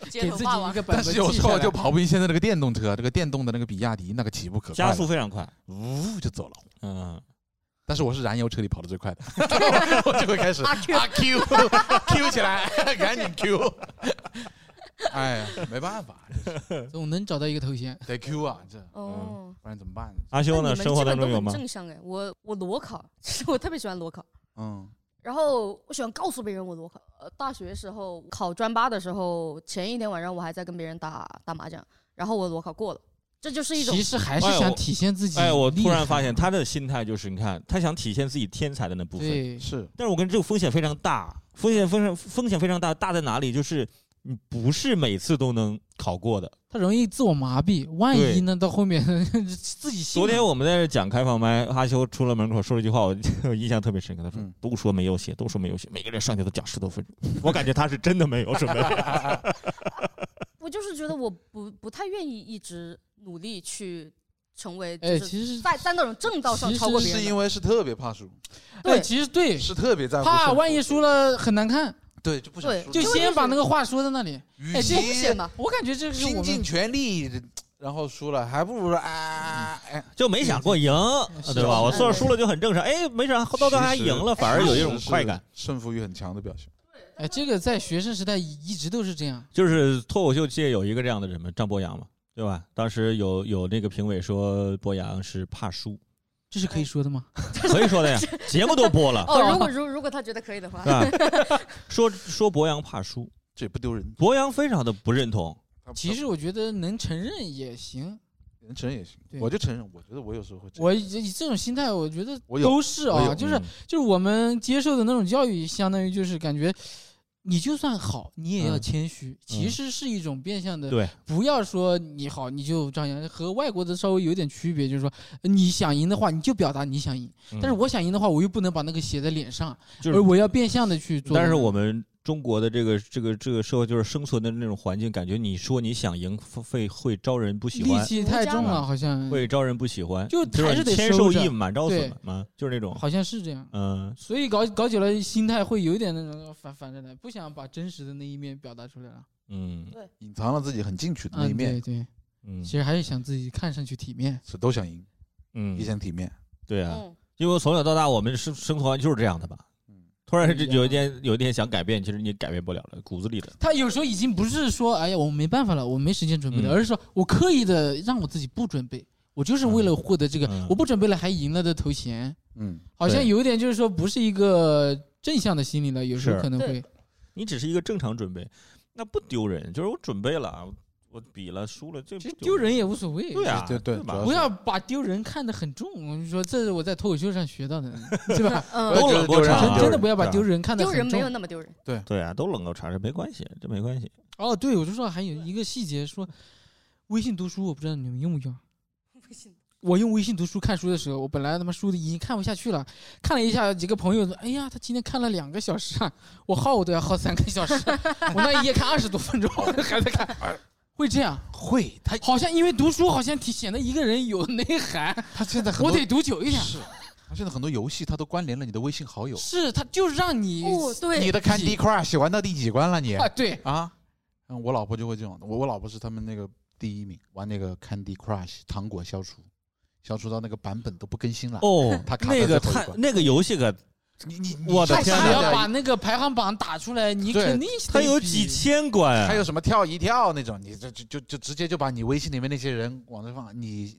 Speaker 6: 街
Speaker 3: 给
Speaker 6: 头
Speaker 3: 自己
Speaker 6: 霸
Speaker 3: 一
Speaker 6: 王
Speaker 3: 个。嗯本
Speaker 5: 但
Speaker 3: 本
Speaker 5: 是
Speaker 3: 记
Speaker 5: 有时候
Speaker 3: 下来
Speaker 5: 就跑不赢现在这个电动车，这个电动的那个比亚迪那个起步可快
Speaker 4: 加
Speaker 5: 了，
Speaker 4: 速非常快，
Speaker 5: 呜就走了。
Speaker 4: 嗯，
Speaker 5: 但是我是燃油车里跑得最快的，我就会开始
Speaker 6: 阿 Q
Speaker 5: 阿 Q Q 起来，赶紧 Q。哎呀，没办法，
Speaker 3: 总能找到一个头衔。
Speaker 5: 得 Q 啊，这
Speaker 6: 哦，
Speaker 5: 不然怎么办？
Speaker 4: 阿
Speaker 6: 那
Speaker 4: 修
Speaker 6: 你
Speaker 4: 呢？
Speaker 6: 们
Speaker 4: 生活
Speaker 6: 基
Speaker 4: 当
Speaker 6: 本都
Speaker 4: 中有
Speaker 6: 很
Speaker 4: 吗？
Speaker 6: 正向哎，我我裸考， 其实我特别喜欢裸考，
Speaker 5: 嗯，
Speaker 6: 然后我喜欢告诉别人我裸考。呃，大学时候考专八的时候，前一天晚上我还在跟别人打打麻将，然后我裸考过了，这就是一种
Speaker 3: 其实还是
Speaker 4: 哎
Speaker 3: 想
Speaker 4: 我
Speaker 3: 体现自己。
Speaker 4: 哎，我突然发
Speaker 5: 啊
Speaker 4: 现，他的心态就是，你看他想体现自己天才的那部分，
Speaker 3: 对，
Speaker 5: 是
Speaker 4: 但是我跟这个风险非常大，风险非常风险非常大，大在哪里？就是你不是每次都能考过的。
Speaker 3: 他容易自我麻痹，万一
Speaker 4: 对
Speaker 3: 呢？到后面 自己心
Speaker 4: 昨
Speaker 3: 里
Speaker 4: 天我们在这讲开放麦，阿修出了门口说了一句话，我我印象特别深刻。他说
Speaker 5: 嗯：“
Speaker 4: 都说没有写，都说没有写，每个人上去都讲十多分钟。”我感觉他是真的没有准备。
Speaker 6: 我就是觉得我不不太愿意一直努力去成为，
Speaker 3: 哎，
Speaker 6: 就是
Speaker 3: 其实
Speaker 6: 在在那种正道上
Speaker 3: 其实
Speaker 6: 超过别
Speaker 5: 是
Speaker 6: 人的。
Speaker 5: 因为是特别怕输，
Speaker 3: 哎，
Speaker 6: 对
Speaker 3: 其实对，
Speaker 5: 是特别在乎胜负。
Speaker 3: 怕万一输了很难看，
Speaker 5: 对，就不想
Speaker 6: 对
Speaker 5: 输。
Speaker 3: 就
Speaker 6: 因为
Speaker 3: 先
Speaker 6: 就是
Speaker 3: 把那个话说在那里。
Speaker 5: 与
Speaker 3: 哎
Speaker 5: 其
Speaker 3: 这
Speaker 6: 风险嘛，
Speaker 3: 我感觉这是我
Speaker 5: 拼
Speaker 3: 们
Speaker 5: 尽全力然后输了，还不如说啊，哎，
Speaker 4: 就没想过赢，
Speaker 3: 是
Speaker 4: 对吧？我
Speaker 6: 是
Speaker 4: 算输了就很正常，哎，没啥，到最后还
Speaker 5: 其
Speaker 4: 赢
Speaker 5: 实
Speaker 4: 了，反而有一种
Speaker 5: 是
Speaker 4: 快感。，
Speaker 5: 胜负欲很强的表现。
Speaker 3: 哎，这个在学生时代一直都是这样。
Speaker 4: 就是脱口秀界有一个这样的人嘛，张博洋嘛，对吧？当时有有那个评委说博洋是怕输，
Speaker 3: 这是可以说的吗？
Speaker 4: 可以说 的呀，节目都播了，
Speaker 6: 哦，如果如如果他觉得可以的话
Speaker 4: 是，吧？说说博洋怕输，
Speaker 5: 这也不丢人，
Speaker 4: 博洋非常的不认同，
Speaker 5: 他
Speaker 3: 其实我觉得能承认也行。
Speaker 5: 他能承认也行，
Speaker 3: 对
Speaker 5: 我就承认，我觉得我有时候会这样，
Speaker 3: 我这这种心态，我觉得
Speaker 5: 我有
Speaker 3: 都是
Speaker 5: 我
Speaker 3: 啊，
Speaker 5: 有
Speaker 3: 就是
Speaker 4: 嗯
Speaker 3: 就是我们接受的那种教育，相当于就是感觉，你就算好，你也要
Speaker 4: 嗯
Speaker 3: 谦虚，其实是一种变相的，
Speaker 4: 对
Speaker 3: 不要说你好你就张扬，和外国的稍微有点区别，就是说你想赢的话，你就表达你想赢，
Speaker 4: 嗯
Speaker 3: 但是我想赢的话，我又不能把那个写在脸上，
Speaker 4: 就
Speaker 3: 而
Speaker 4: 是，
Speaker 3: 我要变相的去做。
Speaker 4: 但是我们中国的这个这个这个社会就是生存的那种环境，感觉你说你想赢会会招人不喜
Speaker 3: 戾
Speaker 4: 欢，
Speaker 3: 气太重
Speaker 4: 儒家
Speaker 3: 了，好像
Speaker 4: 会招人不喜欢，
Speaker 3: 就还是得
Speaker 4: 千
Speaker 3: 收
Speaker 4: 受
Speaker 3: 着
Speaker 4: 益满招损
Speaker 3: 对
Speaker 4: 嘛，就是那种，
Speaker 3: 好像是这样。
Speaker 4: 嗯，
Speaker 3: 所以搞搞久了，心态会有一点那种反反着来，不想把真实的那一面表达出来了。
Speaker 4: 嗯
Speaker 5: 隐藏了自己很进取的那一
Speaker 3: 嗯，对
Speaker 5: 面，
Speaker 3: 对，
Speaker 4: 嗯
Speaker 3: 其实还是想自己看上去体面。
Speaker 5: 是都想赢，也
Speaker 4: 嗯，
Speaker 5: 想体面。
Speaker 4: 对啊，
Speaker 6: 嗯，
Speaker 4: 因为我从小到大我们生生活环境就是这样的吧。
Speaker 5: 嗯
Speaker 4: 突然
Speaker 3: 不
Speaker 4: 这
Speaker 3: 一样
Speaker 4: 有一天有一天想改变，其实你改变不了了，骨子里的。
Speaker 3: 他有时候已经不是说，哎呀，我没办法了，我没时间准备了，
Speaker 4: 嗯
Speaker 3: 而是说我刻意的让我自己不准备，我就是为了获得这个、
Speaker 4: 嗯
Speaker 3: 我不准备了还赢了的头衔，
Speaker 5: 嗯，
Speaker 3: 好像
Speaker 4: 对
Speaker 3: 有一点就是说不是一个正向的心理了，有时
Speaker 4: 是
Speaker 3: 候可能会。
Speaker 4: 你只是一个正常准备，那不丢人。就是我准备了啊，我比了输了，这
Speaker 3: 其
Speaker 4: 不
Speaker 3: 实丢人也无所谓，
Speaker 4: 对啊，
Speaker 5: 对对
Speaker 4: 吧
Speaker 5: 主要
Speaker 3: 不要把丢人看得很重。我就说这是我在脱口秀上学 到的，对吧？
Speaker 5: 我也
Speaker 6: 嗯，
Speaker 4: 都
Speaker 5: 觉
Speaker 4: 冷过场
Speaker 5: 得丢人很
Speaker 3: 真真的
Speaker 4: 啊
Speaker 5: 丢人
Speaker 3: 不要把
Speaker 5: 是吧
Speaker 3: 丢人看得
Speaker 6: 丢
Speaker 3: 很
Speaker 6: 人
Speaker 3: 重。
Speaker 6: 没有那么丢人，
Speaker 4: 对啊，都冷到场这没关系，这没关系。
Speaker 3: 哦，对，我就说还有一个细节说，微信读书我不知道你们用不用。我用微信读书看书的时候，我本来他妈书的已经看不下去了，看了一下几个朋友说，哎呀，他今天看了两个小时啊，我耗我都要耗三个小时，我那一页看二十多分钟还在看，
Speaker 5: 哎
Speaker 3: 会这样？
Speaker 5: 会，他
Speaker 3: 好像因为读书好像挺显得一个人有内涵，
Speaker 5: 他现在很
Speaker 3: 我
Speaker 5: 多
Speaker 3: 得读久一点。
Speaker 5: 是，他现在很多游戏他都关联了你的微信好友，
Speaker 3: 是，他就让你
Speaker 6: 哦，
Speaker 5: 你
Speaker 6: 对，
Speaker 5: 的 Candy Crush 玩到第几关了你
Speaker 3: 啊，对，
Speaker 5: 啊？嗯，我老婆就会这种，我我老婆是他们那个第一名，玩那个 Candy Crush 糖果消除，消除到那个版本都不更新了。
Speaker 4: 哦
Speaker 5: 他卡
Speaker 4: 那
Speaker 5: 在最
Speaker 4: 个
Speaker 5: 后一
Speaker 4: 太
Speaker 5: 关
Speaker 4: 那个游戏可，
Speaker 5: 你你你
Speaker 4: 我的
Speaker 5: 太
Speaker 3: 他
Speaker 4: 天
Speaker 5: 傻
Speaker 3: 想要
Speaker 5: 了
Speaker 3: 把那个排行榜打出来，你
Speaker 5: 对
Speaker 3: 肯定得
Speaker 4: 它有
Speaker 3: 比
Speaker 4: 几千关，
Speaker 5: 还有什么跳一跳那种，你这就就就直接就把你微信里面那些人往这放，你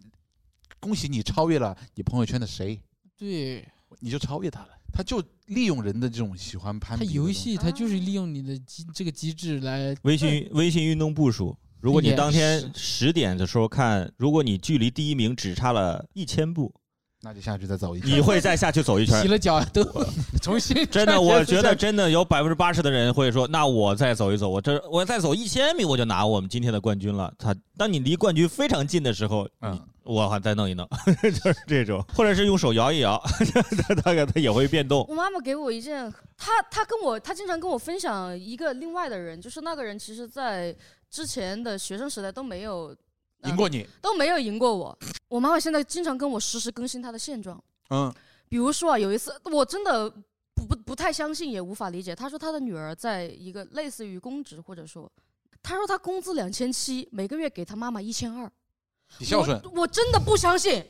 Speaker 5: 恭喜你超越了你朋友圈的谁，
Speaker 3: 对。
Speaker 5: 你就超越他了。他就利用人的这种喜欢攀
Speaker 3: 它
Speaker 5: 比的
Speaker 3: 游
Speaker 5: 东西，
Speaker 3: 戏它就是利用你的机这个机制 来，
Speaker 4: 微信微信运动步数。如果你
Speaker 3: 也
Speaker 4: 当
Speaker 3: 是
Speaker 4: 天十点的时候看，如果你距离第一名只差了一千步，
Speaker 5: 那就下去再走一圈。
Speaker 4: 你会再下去走一圈
Speaker 3: 洗。了脚都 重新
Speaker 4: 真的，
Speaker 3: 穿
Speaker 4: 我
Speaker 3: 鞋子
Speaker 4: 觉得
Speaker 3: 下
Speaker 4: 真的有百分之八十的人会说，那我再走一走，我这我再走一千米，我就拿我们今天的冠军了。他，当你离冠军非常近的时候，
Speaker 5: 嗯
Speaker 4: 你我还再弄一弄， 就是这种，或者是用手摇一摇， 他大概他也会变动。
Speaker 6: 我妈妈给我一件，她她跟我，她经常跟我分享一个另外的人，就是那个人，其实在之前的学生时代都没有嗯
Speaker 5: 赢过你，
Speaker 6: 都没有赢过我。我妈妈现在经常跟我实时更新她的现状，
Speaker 5: 嗯，
Speaker 6: 比如说啊，有一次我真的不不不太相信，也无法理解。她说她的女儿在一个类似于公职，或者说，她说她工资两千七，每个月给她妈妈一千二，
Speaker 5: 你孝顺，
Speaker 6: 我，我真的不相 信，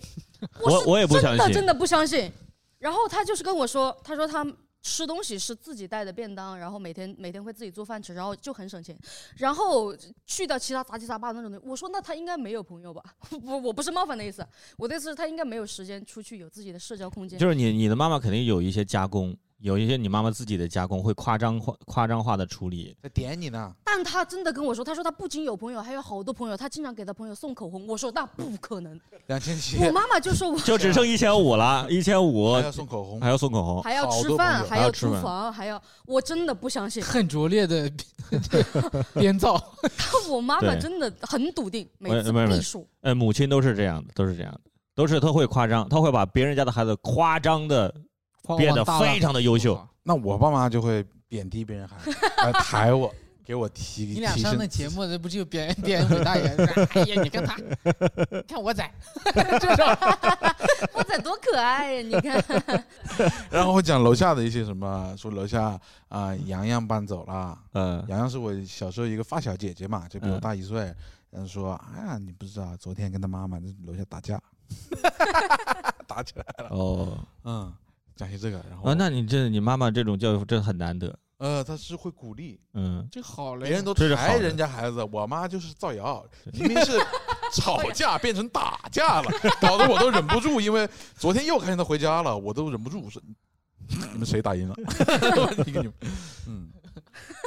Speaker 4: 我
Speaker 6: 是
Speaker 4: 我也不相
Speaker 6: 真的
Speaker 4: 信
Speaker 6: 真的不相信。然后她就是跟我说，她说她。吃东西是自己带的便当，然后每天每天会自己做饭吃，然后就很省钱。然后去掉其他杂七杂八的那种东西，我说那她应该没有朋友吧？ 不，我不是冒犯的意思，啊我的意思是她应该没有时间出去有自己的社交空间。
Speaker 4: 就是你你的妈妈肯定有一些加工，有一些你妈妈自己的加工会夸张化夸张化的处理。
Speaker 5: 在点你呢。
Speaker 6: 但他真的跟我说，他说他不仅有朋友，还有好多朋友，他经常给他朋友送口红。我说那不可
Speaker 4: 哎
Speaker 6: 能，
Speaker 5: 两千七，
Speaker 6: 我妈妈就说我
Speaker 4: 就只剩一千五了，一千五
Speaker 5: 还要送口红
Speaker 4: 还，要送口红，
Speaker 6: 还要
Speaker 5: 好
Speaker 6: 吃
Speaker 5: 多朋
Speaker 6: 饭，
Speaker 5: 友
Speaker 6: 还
Speaker 4: 还要
Speaker 6: 要
Speaker 4: 吃
Speaker 6: 租
Speaker 4: 饭
Speaker 6: 房，还要我真的不相信。
Speaker 3: 很拙劣的编 造，
Speaker 6: 我妈妈
Speaker 4: 对
Speaker 6: 真的很笃定，每
Speaker 4: 没
Speaker 6: 次
Speaker 4: 没没
Speaker 6: 必输。
Speaker 4: 呃，母亲都是这样的，都是这样的，都是她会夸张，她会把别人家的孩子夸张的变得非常的优秀。。
Speaker 5: 那我爸妈就会贬低别人孩 子，来抬我，给我提
Speaker 3: 你
Speaker 5: 提
Speaker 3: 俩
Speaker 5: 升
Speaker 3: 上那
Speaker 5: 自己
Speaker 3: 节目，那不就别别伟 大人？哎呀，你看他，你看我仔，这种
Speaker 6: 哇塞，多可爱呀！你看，
Speaker 5: 然后会讲楼下的一些什么，说楼下啊、洋洋搬走了。
Speaker 4: 嗯
Speaker 5: 洋洋是我小时候一个发小姐姐嘛，就比我
Speaker 4: 嗯
Speaker 5: 大一岁，然后说啊，你不知道，昨天跟他妈妈在楼下打架，打起来了。哦
Speaker 4: 哦，
Speaker 5: 嗯，讲起这个，然后、
Speaker 4: 啊，那你这你妈妈这种教育真的很难得，
Speaker 5: 呃，他是会鼓励，
Speaker 4: 嗯，
Speaker 3: 这好嘞，
Speaker 5: 别人都
Speaker 4: 这是好
Speaker 5: 抬
Speaker 4: 的
Speaker 5: 人家孩子，我妈就是造谣，明明是吵架变成打架了，搞得我都忍不住，因为昨天又看见他回家了，我都忍不住我说。你们谁打赢了？ 你你们嗯，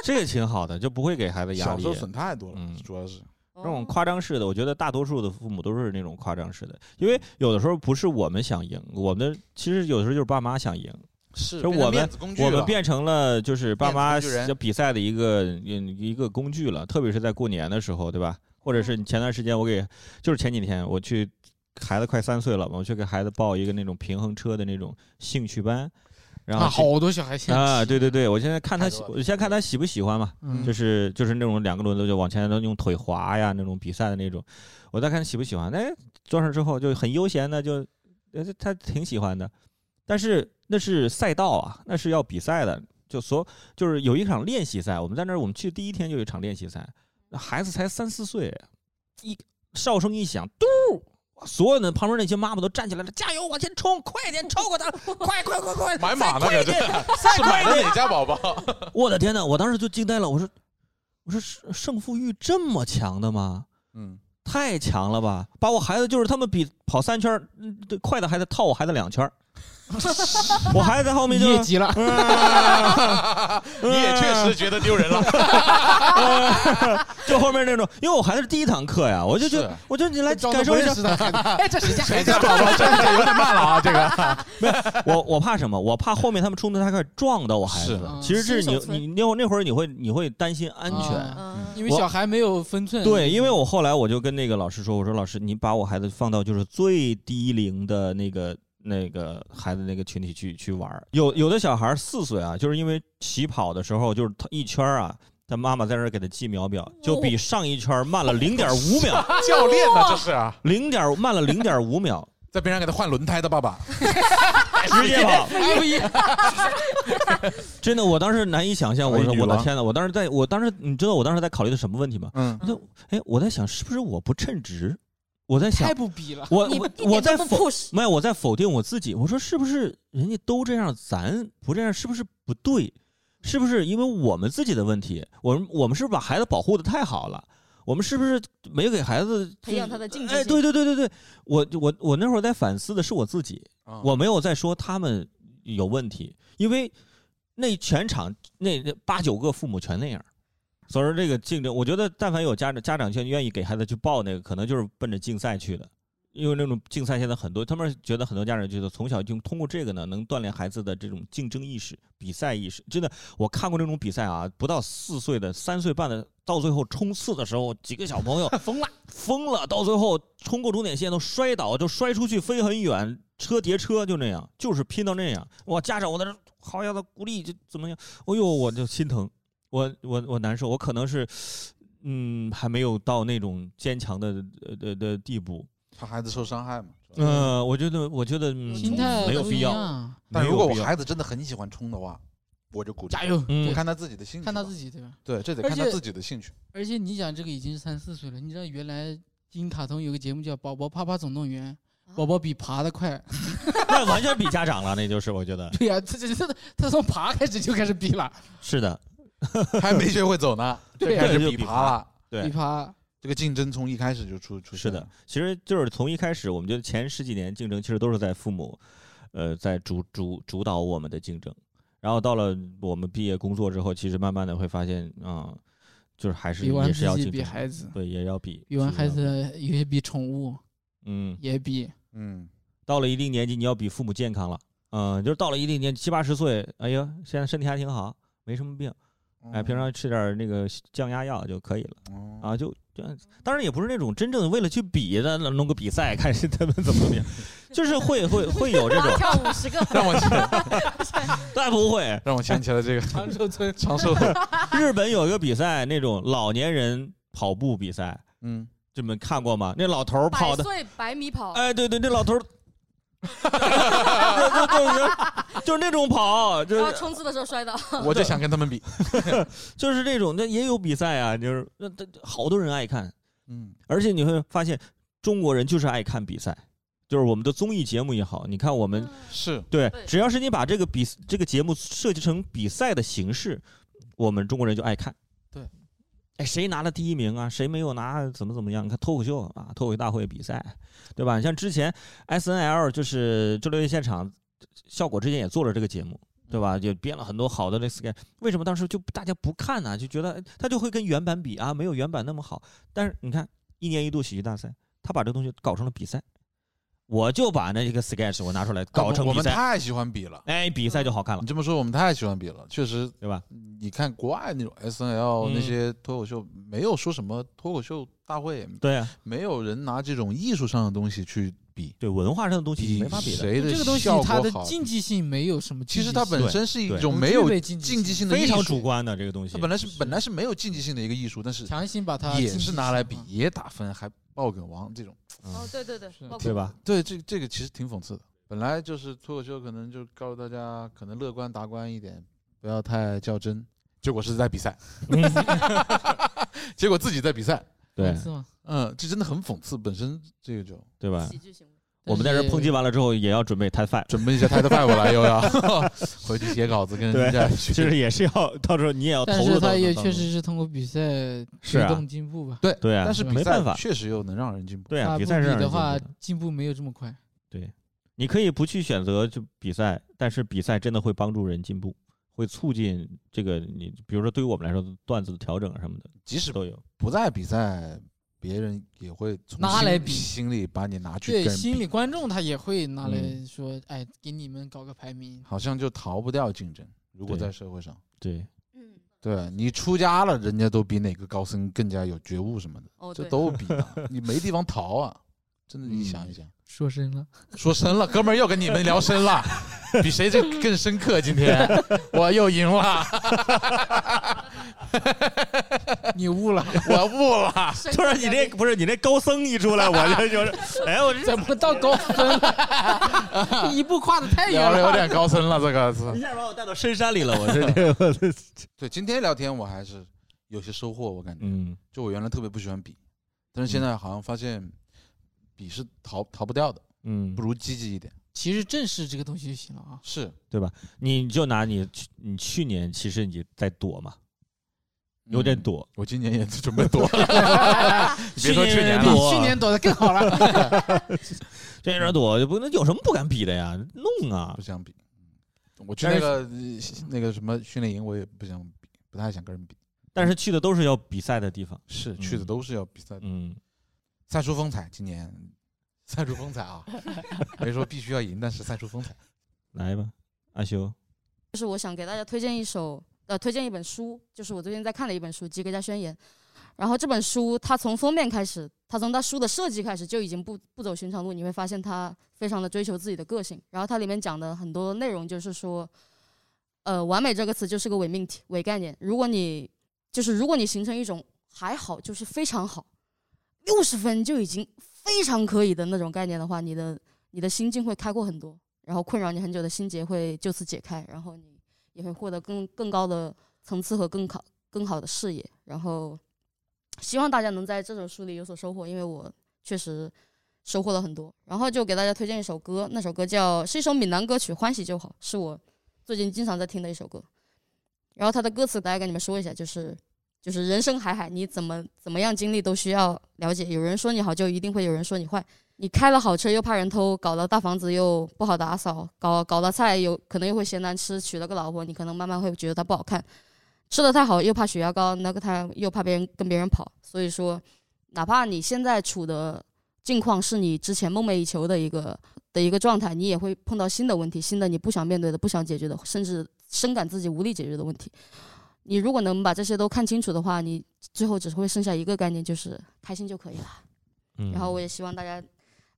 Speaker 4: 这个挺好的，就不会给孩子压
Speaker 5: 小
Speaker 4: 力
Speaker 5: 时。候损太多了，
Speaker 4: 嗯
Speaker 5: 主要是
Speaker 4: 这
Speaker 6: 这
Speaker 4: 种夸张式的，我觉得大多数的父母都是那种夸张式的，因为有的时候不是我们想赢，我们的其实有的时候就是爸妈想赢，
Speaker 5: 是
Speaker 4: 就
Speaker 5: 变成
Speaker 4: 我们
Speaker 5: 面子工具
Speaker 4: 我们
Speaker 5: 了
Speaker 4: 变成了就是爸妈
Speaker 5: 面子工具人
Speaker 4: 要比赛的一个嗯一个工具了，特别是在过年的时候，对吧？或者是前段时间我给，就是前几天我去，孩子快三岁了嘛，我去给孩子报一个那种平衡车的那种兴趣班，然后
Speaker 3: 啊，好多小孩现在
Speaker 4: 啊，对对对，我现在看他
Speaker 5: 太
Speaker 4: 喜，
Speaker 5: 多了
Speaker 4: 我先看他喜不喜欢嘛，
Speaker 3: 嗯
Speaker 4: 就是就是那种两个轮子就往前的用腿滑呀那种比赛的那种，我再看喜不喜欢。哎，坐上之后就很悠闲的就，呃，他挺喜欢的，但是那是赛道啊，那是要比赛的，就所就是有一场练习赛，我们在那儿我们去第一天就有一场练习赛，那孩子才三四岁，一哨声一响，嘟。所有的旁边那些妈妈都站起来了，加油，往前冲，快点超过他，快快快快，
Speaker 5: 买马呢
Speaker 4: 再快一
Speaker 5: 这
Speaker 4: 点，再
Speaker 5: 是
Speaker 4: 快
Speaker 5: 买
Speaker 4: 一
Speaker 5: 的
Speaker 4: 点，
Speaker 5: 哪家宝宝？
Speaker 4: 我的天呐，我当时就惊呆了，我说，我说胜胜负欲这么强的吗？
Speaker 5: 嗯，
Speaker 4: 太强了吧！把我孩子就是他们比跑三圈儿，嗯对快的孩子套我孩子两圈 儿，我孩子在后面就
Speaker 3: 业绩了，
Speaker 5: 你也确实觉得丢 人了，
Speaker 4: 就后面那种，因为我孩子是第一堂课呀，我就觉
Speaker 5: 是
Speaker 4: 得，我 就你来
Speaker 3: 装
Speaker 4: 感
Speaker 3: 作不
Speaker 4: 受一
Speaker 3: 认
Speaker 4: 下，
Speaker 3: 识的孩 子，哎，这谁家孩
Speaker 5: 谁
Speaker 3: 子
Speaker 5: 家？宝宝真的有点慢了啊，这个
Speaker 4: 我我怕什么？我怕后面他们冲突太快撞到我孩子
Speaker 5: 是。
Speaker 4: 其实这是
Speaker 6: 新手
Speaker 4: 你
Speaker 6: 村
Speaker 4: 你那会那会儿你会你会担心安全，
Speaker 3: 啊
Speaker 6: 嗯
Speaker 3: 因为小孩没有分 寸，
Speaker 4: 对，因为我后来我就跟那个老师说，我说老师，你把我孩子放到就是最低龄的那个那个孩子那个群体去去玩儿。有有的小孩儿四岁啊，就是因为起跑的时候就是他一圈儿啊，他妈妈在那儿给他记秒表，就比上一圈儿慢了零点五秒，
Speaker 5: 教练呢这是啊。
Speaker 4: 零点慢了零点五秒，
Speaker 5: 在边上给他换轮胎的爸爸，
Speaker 4: 直接跑。
Speaker 3: F 一
Speaker 4: 真的，我当时难以想象，我
Speaker 5: 哎
Speaker 4: 说
Speaker 5: 女
Speaker 4: 我的
Speaker 5: 王
Speaker 4: 天呐，我当时在我当时你知道我当时在考虑的什么问题吗？
Speaker 5: 嗯，
Speaker 4: 那哎，我在想是不是我不称职？我在想
Speaker 3: 太，不逼了，
Speaker 4: 我
Speaker 6: 你
Speaker 4: 我
Speaker 6: 一点
Speaker 4: 我在
Speaker 6: 都
Speaker 4: 否嗯
Speaker 6: 不 push，
Speaker 4: 没有，我在否定我自己。我说是不是人家都这样，咱不这样是不是不对？是不是因为我们自己的问题？我们我们是不是把孩子保护的太好了？我们是不是没有给孩子就
Speaker 6: 培养他的竞争性
Speaker 4: 哎，对对对对对，我我我那会儿在反思的是我自己，我没有在说他们有问题，因为那全场那那八九个父母全那样。所以说这个竞争，我觉得但凡有家长家长愿愿意给孩子去报那个，可能就是奔着竞赛去的，因为那种竞赛现在很多，他们觉得很多家长觉得从小就通过这个呢，能锻炼孩子的这种竞争意识、比赛意识。真的，我看过这种比赛啊，不到四岁的、三岁半的，到最后冲刺的时候，几个小朋友
Speaker 3: 疯了，
Speaker 4: 疯了，到最后冲过终点线都摔倒，就摔出去飞很远，车叠车就那样，就是拼到那样。哇，家长我在这好家伙鼓励，就怎么样？哎呦，我就心疼，我我我难受，我可能是，嗯，还没有到那种坚强的呃的的地步。
Speaker 5: 怕孩子受伤害嘛。是吧
Speaker 4: 嗯、我觉得我觉得、嗯、
Speaker 3: 心态
Speaker 4: 没有
Speaker 3: 不
Speaker 4: 必
Speaker 3: 一
Speaker 4: 要，嗯
Speaker 3: 样，
Speaker 5: 但如果我
Speaker 4: 没有必要
Speaker 5: 孩子真的很喜欢冲的话，我就鼓励
Speaker 3: 加油，
Speaker 4: 嗯
Speaker 5: 他，
Speaker 3: 对
Speaker 5: 看他自己的兴趣吧，
Speaker 3: 看他自己对吧？
Speaker 5: 对，这得
Speaker 3: 而
Speaker 5: 看他
Speaker 3: 且
Speaker 5: 自己的兴趣。
Speaker 3: 而且你讲这个已经是三四岁了，你知道原来金卡通有个节目叫《宝宝啪啪总动员》，宝宝比爬得快。
Speaker 4: 那完全比家长了，那就是我觉得
Speaker 3: 对呀、这这这他从爬开始就开始比了，
Speaker 4: 是的，
Speaker 5: 还没学会走呢，就
Speaker 3: 对
Speaker 5: 开始
Speaker 4: 这就
Speaker 5: 比
Speaker 4: 比
Speaker 5: 爬了。
Speaker 4: 对
Speaker 3: 比爬
Speaker 5: 这个竞争从一开始就出出
Speaker 4: 是
Speaker 5: 现
Speaker 4: 的
Speaker 5: 了，，
Speaker 4: 其实就是从一开始，我们觉得前十几年竞争其实都是在父母，呃，在主主主导我们的竞争。然后到了我们毕业工作之后，其实慢慢的会发现，啊、就是还是
Speaker 3: 比完
Speaker 4: 也是
Speaker 3: 自
Speaker 4: 要
Speaker 3: 己
Speaker 4: 竞
Speaker 3: 比
Speaker 4: 争，
Speaker 3: 孩子，
Speaker 4: 对，也要比
Speaker 3: 比完
Speaker 4: 其实
Speaker 3: 孩
Speaker 4: 要比
Speaker 3: 子有些比宠物
Speaker 4: 嗯，
Speaker 3: 也比，
Speaker 5: 嗯，
Speaker 4: 到了一定年纪，你要比父母健康了，嗯、就是到了一定年纪七八十岁，哎呀，现在身体还挺好，没什么病，
Speaker 5: 哦
Speaker 4: 哎，平常吃点那个降压药就可以了。
Speaker 6: 嗯
Speaker 5: 常
Speaker 4: 啊，就就当然也不是那种真正为了去比的弄个比赛，看是他们怎么怎 么样，就是会会会有这种，
Speaker 6: 跳五十 个，
Speaker 5: 让我
Speaker 4: 但不会。
Speaker 5: 让我想起了这个
Speaker 3: 长寿村
Speaker 5: 长寿，
Speaker 4: 日本有一个比赛，那种老年人跑步比赛，
Speaker 5: 嗯，
Speaker 4: 你们看过吗？那老头儿跑
Speaker 6: 百
Speaker 4: 的，
Speaker 6: 岁百米跑，
Speaker 4: 哎，对对，那老头 儿就就就是就是那种跑，
Speaker 6: 然
Speaker 4: 就
Speaker 6: 后
Speaker 4: 是
Speaker 6: 冲刺的时候摔倒，
Speaker 5: 我就想跟他们比，
Speaker 4: 就是那种，那也有比赛啊，就是那那好多人爱看。
Speaker 5: 嗯，
Speaker 4: 而且你会发现，中国人就是爱看比赛，就是我们的综艺节目也好，你看我们
Speaker 5: 是
Speaker 4: 对
Speaker 6: 对，
Speaker 4: 只要是你把这个比这个节目设计成比赛的形式，我们中国人就爱看。
Speaker 3: 对，
Speaker 4: 哎，谁拿了第一名啊？谁没有拿？怎么怎么样？你看脱口秀啊，脱口秀大会比赛，对吧？像之前 S N L 就是周六夜现场，效果之前也做了这个节目。对
Speaker 5: 嗯
Speaker 4: 吧？就编了很多好的这 sketch，为什么当时就大家不看呢、就觉得哎他就会跟原版比啊，没有原版那么好。但是你看，一年一度喜剧大赛，他把这个东西搞成了比赛，我就把那一个 sketch 我拿出来搞成
Speaker 5: 我
Speaker 4: 比
Speaker 5: 们
Speaker 4: 赛。
Speaker 5: 太喜欢比了。
Speaker 4: 哎，比赛就好看了
Speaker 5: 你，这么说，我们太喜欢比了，确实，
Speaker 4: 对吧？
Speaker 5: 你看国外那种 S N L
Speaker 4: 嗯
Speaker 5: 那些脱口秀，没有说什么脱口秀大会，
Speaker 4: 对啊，
Speaker 5: 没有人拿这种艺术上的东西去比，
Speaker 4: 对文化上的东西
Speaker 5: 比
Speaker 4: 没法比的，
Speaker 5: 谁的
Speaker 3: 这个东西
Speaker 5: 效
Speaker 3: 它
Speaker 5: 果
Speaker 3: 的
Speaker 5: 好。
Speaker 3: 竞技性没有什么竞
Speaker 5: 其
Speaker 3: 技性，
Speaker 5: 实它本身是一
Speaker 4: 对
Speaker 5: 种
Speaker 3: 不
Speaker 5: 没
Speaker 3: 具
Speaker 5: 有
Speaker 3: 备竞技
Speaker 5: 竞技
Speaker 3: 性
Speaker 5: 性的
Speaker 4: 非
Speaker 5: 艺
Speaker 4: 常
Speaker 5: 术
Speaker 4: 主，观的这个东西
Speaker 5: 它。本来是
Speaker 3: 是
Speaker 5: 本来是没有竞技性的一个艺术，但是
Speaker 3: 强行把它
Speaker 5: 也
Speaker 3: 竞技
Speaker 5: 是拿来比
Speaker 3: 性，化啊
Speaker 5: 也打分，还爆梗王这种，
Speaker 6: 哦，对对对
Speaker 3: 是，
Speaker 6: 包括
Speaker 4: 对 吧？
Speaker 5: 对，这这个其实挺讽刺的。本来就是脱口秀，可能就告诉大家，可能乐观达观一点，不要太较真。结果是在比赛，结果自己在比赛，
Speaker 4: 对
Speaker 3: 讽刺嘛
Speaker 5: 嗯，这真的很讽刺。本身这个就
Speaker 4: 对吧
Speaker 6: 喜？剧行为，
Speaker 4: 我们在这抨击完了之后，也要准备 t 饭，
Speaker 5: 准备一下 Title Five 来又要 回去写稿子跟 人家
Speaker 4: 其
Speaker 5: 学。
Speaker 4: 实也是要到时候你也要
Speaker 3: 但
Speaker 4: 投入
Speaker 3: 是
Speaker 4: 到
Speaker 3: 他
Speaker 4: 这
Speaker 3: 也
Speaker 4: 当
Speaker 3: 确
Speaker 4: 中
Speaker 3: 实是通过比赛
Speaker 4: 是
Speaker 3: 推
Speaker 4: 啊
Speaker 3: 动进步吧。
Speaker 5: 对
Speaker 4: 对啊
Speaker 5: 但是比
Speaker 4: 没
Speaker 5: 赛
Speaker 4: 办法
Speaker 5: 确实又能让人进步。
Speaker 4: 对
Speaker 3: 他
Speaker 4: 啊，
Speaker 3: 不
Speaker 4: 比赛是让人
Speaker 3: 的话
Speaker 4: 进步的，
Speaker 3: 进步没有这么快。
Speaker 4: 你可以不去选择就比赛，但是比赛真的会帮助人进步，会促进这个你，比如说对于我们来说，段子的调整啊什么的
Speaker 5: 即使
Speaker 4: 都有。
Speaker 5: 不在比赛，别人也会从
Speaker 3: 拿
Speaker 5: 心
Speaker 3: 来
Speaker 5: 里
Speaker 3: 比
Speaker 5: 心里把你拿去跟
Speaker 3: 对，
Speaker 5: 人
Speaker 3: 心
Speaker 5: 比
Speaker 3: 理观众他也会拿来
Speaker 4: 嗯
Speaker 3: 说，哎，给你们搞个排名。
Speaker 5: 好像就逃不掉竞争。如果
Speaker 4: 对
Speaker 5: 在社会上，
Speaker 4: 对，
Speaker 6: 嗯，
Speaker 5: 对你出家了，人家都比哪个高僧更加有觉悟什么的，
Speaker 6: 哦
Speaker 5: 这
Speaker 6: 对，
Speaker 5: 都比 的，你没地方逃啊！真的，你
Speaker 4: 嗯
Speaker 5: 想一想，
Speaker 3: 说深了，
Speaker 5: 说深了，哥们儿又跟你们聊深 了，比谁这更深刻。今天我又赢了，
Speaker 3: 你悟了，
Speaker 5: 我悟
Speaker 6: 啊
Speaker 5: 了。
Speaker 4: 突然你这不是你这高僧一出来，我 就就是，哎，我这
Speaker 3: 怎么到高分了？一步跨的
Speaker 4: 哎
Speaker 3: 太远
Speaker 5: 聊的有
Speaker 3: 了。
Speaker 5: 点高深了，这个 是
Speaker 4: 一。下把我带到深山里了，我这这我这，
Speaker 5: 对，今天聊天我还是有些收获，我感觉。
Speaker 4: 嗯，
Speaker 5: 就我原来特别不喜欢比，但是现在好像发现比是逃逃不掉的，
Speaker 4: 嗯
Speaker 5: 不，如积极一点。
Speaker 3: 其实正视这个东西就行了啊。
Speaker 5: 是，
Speaker 4: 你就拿你去你去年其实你在躲嘛，有点
Speaker 5: 嗯。
Speaker 4: 躲，
Speaker 5: 我今年也准备躲 了，
Speaker 4: 别说去年
Speaker 3: 比
Speaker 4: 了哎我
Speaker 3: 去年躲得更 好了。
Speaker 4: 这有点躲，就不能有什么不敢比的呀，弄啊
Speaker 5: 不，想比。嗯我去
Speaker 4: 但
Speaker 5: 那
Speaker 4: 是
Speaker 5: 个呃那个什么训练营，我也不想比，不太想跟人比。
Speaker 4: 但是去的都是要比赛的地方，
Speaker 5: 是
Speaker 4: 嗯
Speaker 5: 去的都是要比赛的，
Speaker 4: 嗯，
Speaker 5: 赛出风采。今年赛出风采 啊，没说必须要赢，但是赛出风采。
Speaker 4: 来吧，阿修，
Speaker 6: 就是我想给大家推荐一首，呃，推荐一本书，就是我最近在看的一本书《及格加宣言》。然后这本书，它从封面开始，它从它书的设计开始就已经不不走寻常路，你会发现它非常的追求自己的个性。然后它里面讲的很多内容就是说，呃，完美这个词就是个伪命题、伪概念。如果你就是如果你形成一种还好，就是非常好，六十分就已经非常可以的那种概念的话，你的你的心境会开阔很多。然后困扰你很久的心结会就此解开，然后你也会获得更更高的层次和更好更好的视野。然后希望大家能在这首书里有所收获，因为我确实收获了很多。然后就给大家推荐一首歌，那首歌叫是一首闽南歌曲《欢喜就好》，是我最近经常在听的一首歌。然后它的歌词，大概跟你们说一下，就是就是人生海海，你怎么怎么样经历都需要了解。有人说你好，就一定会有人说你坏。你开了好车又怕人偷，搞了大房子又不好打扫，搞搞了菜有可能又会嫌难吃，娶了个老婆你可能慢慢会觉得她不好看，吃的太好又怕血压高，那个他又怕别人跟别人跑，所以说，哪怕你现在处的境况是你之前梦寐以求的一个的一个状态，你也会碰到新的问题，新的你不想面对的、不想解决的，甚至深感自己无力解决的问题。你如果能把这些都看清楚的话，你最后只会剩下一个概念，就是开心就可以了。
Speaker 4: 嗯
Speaker 6: 然后我也希望大家，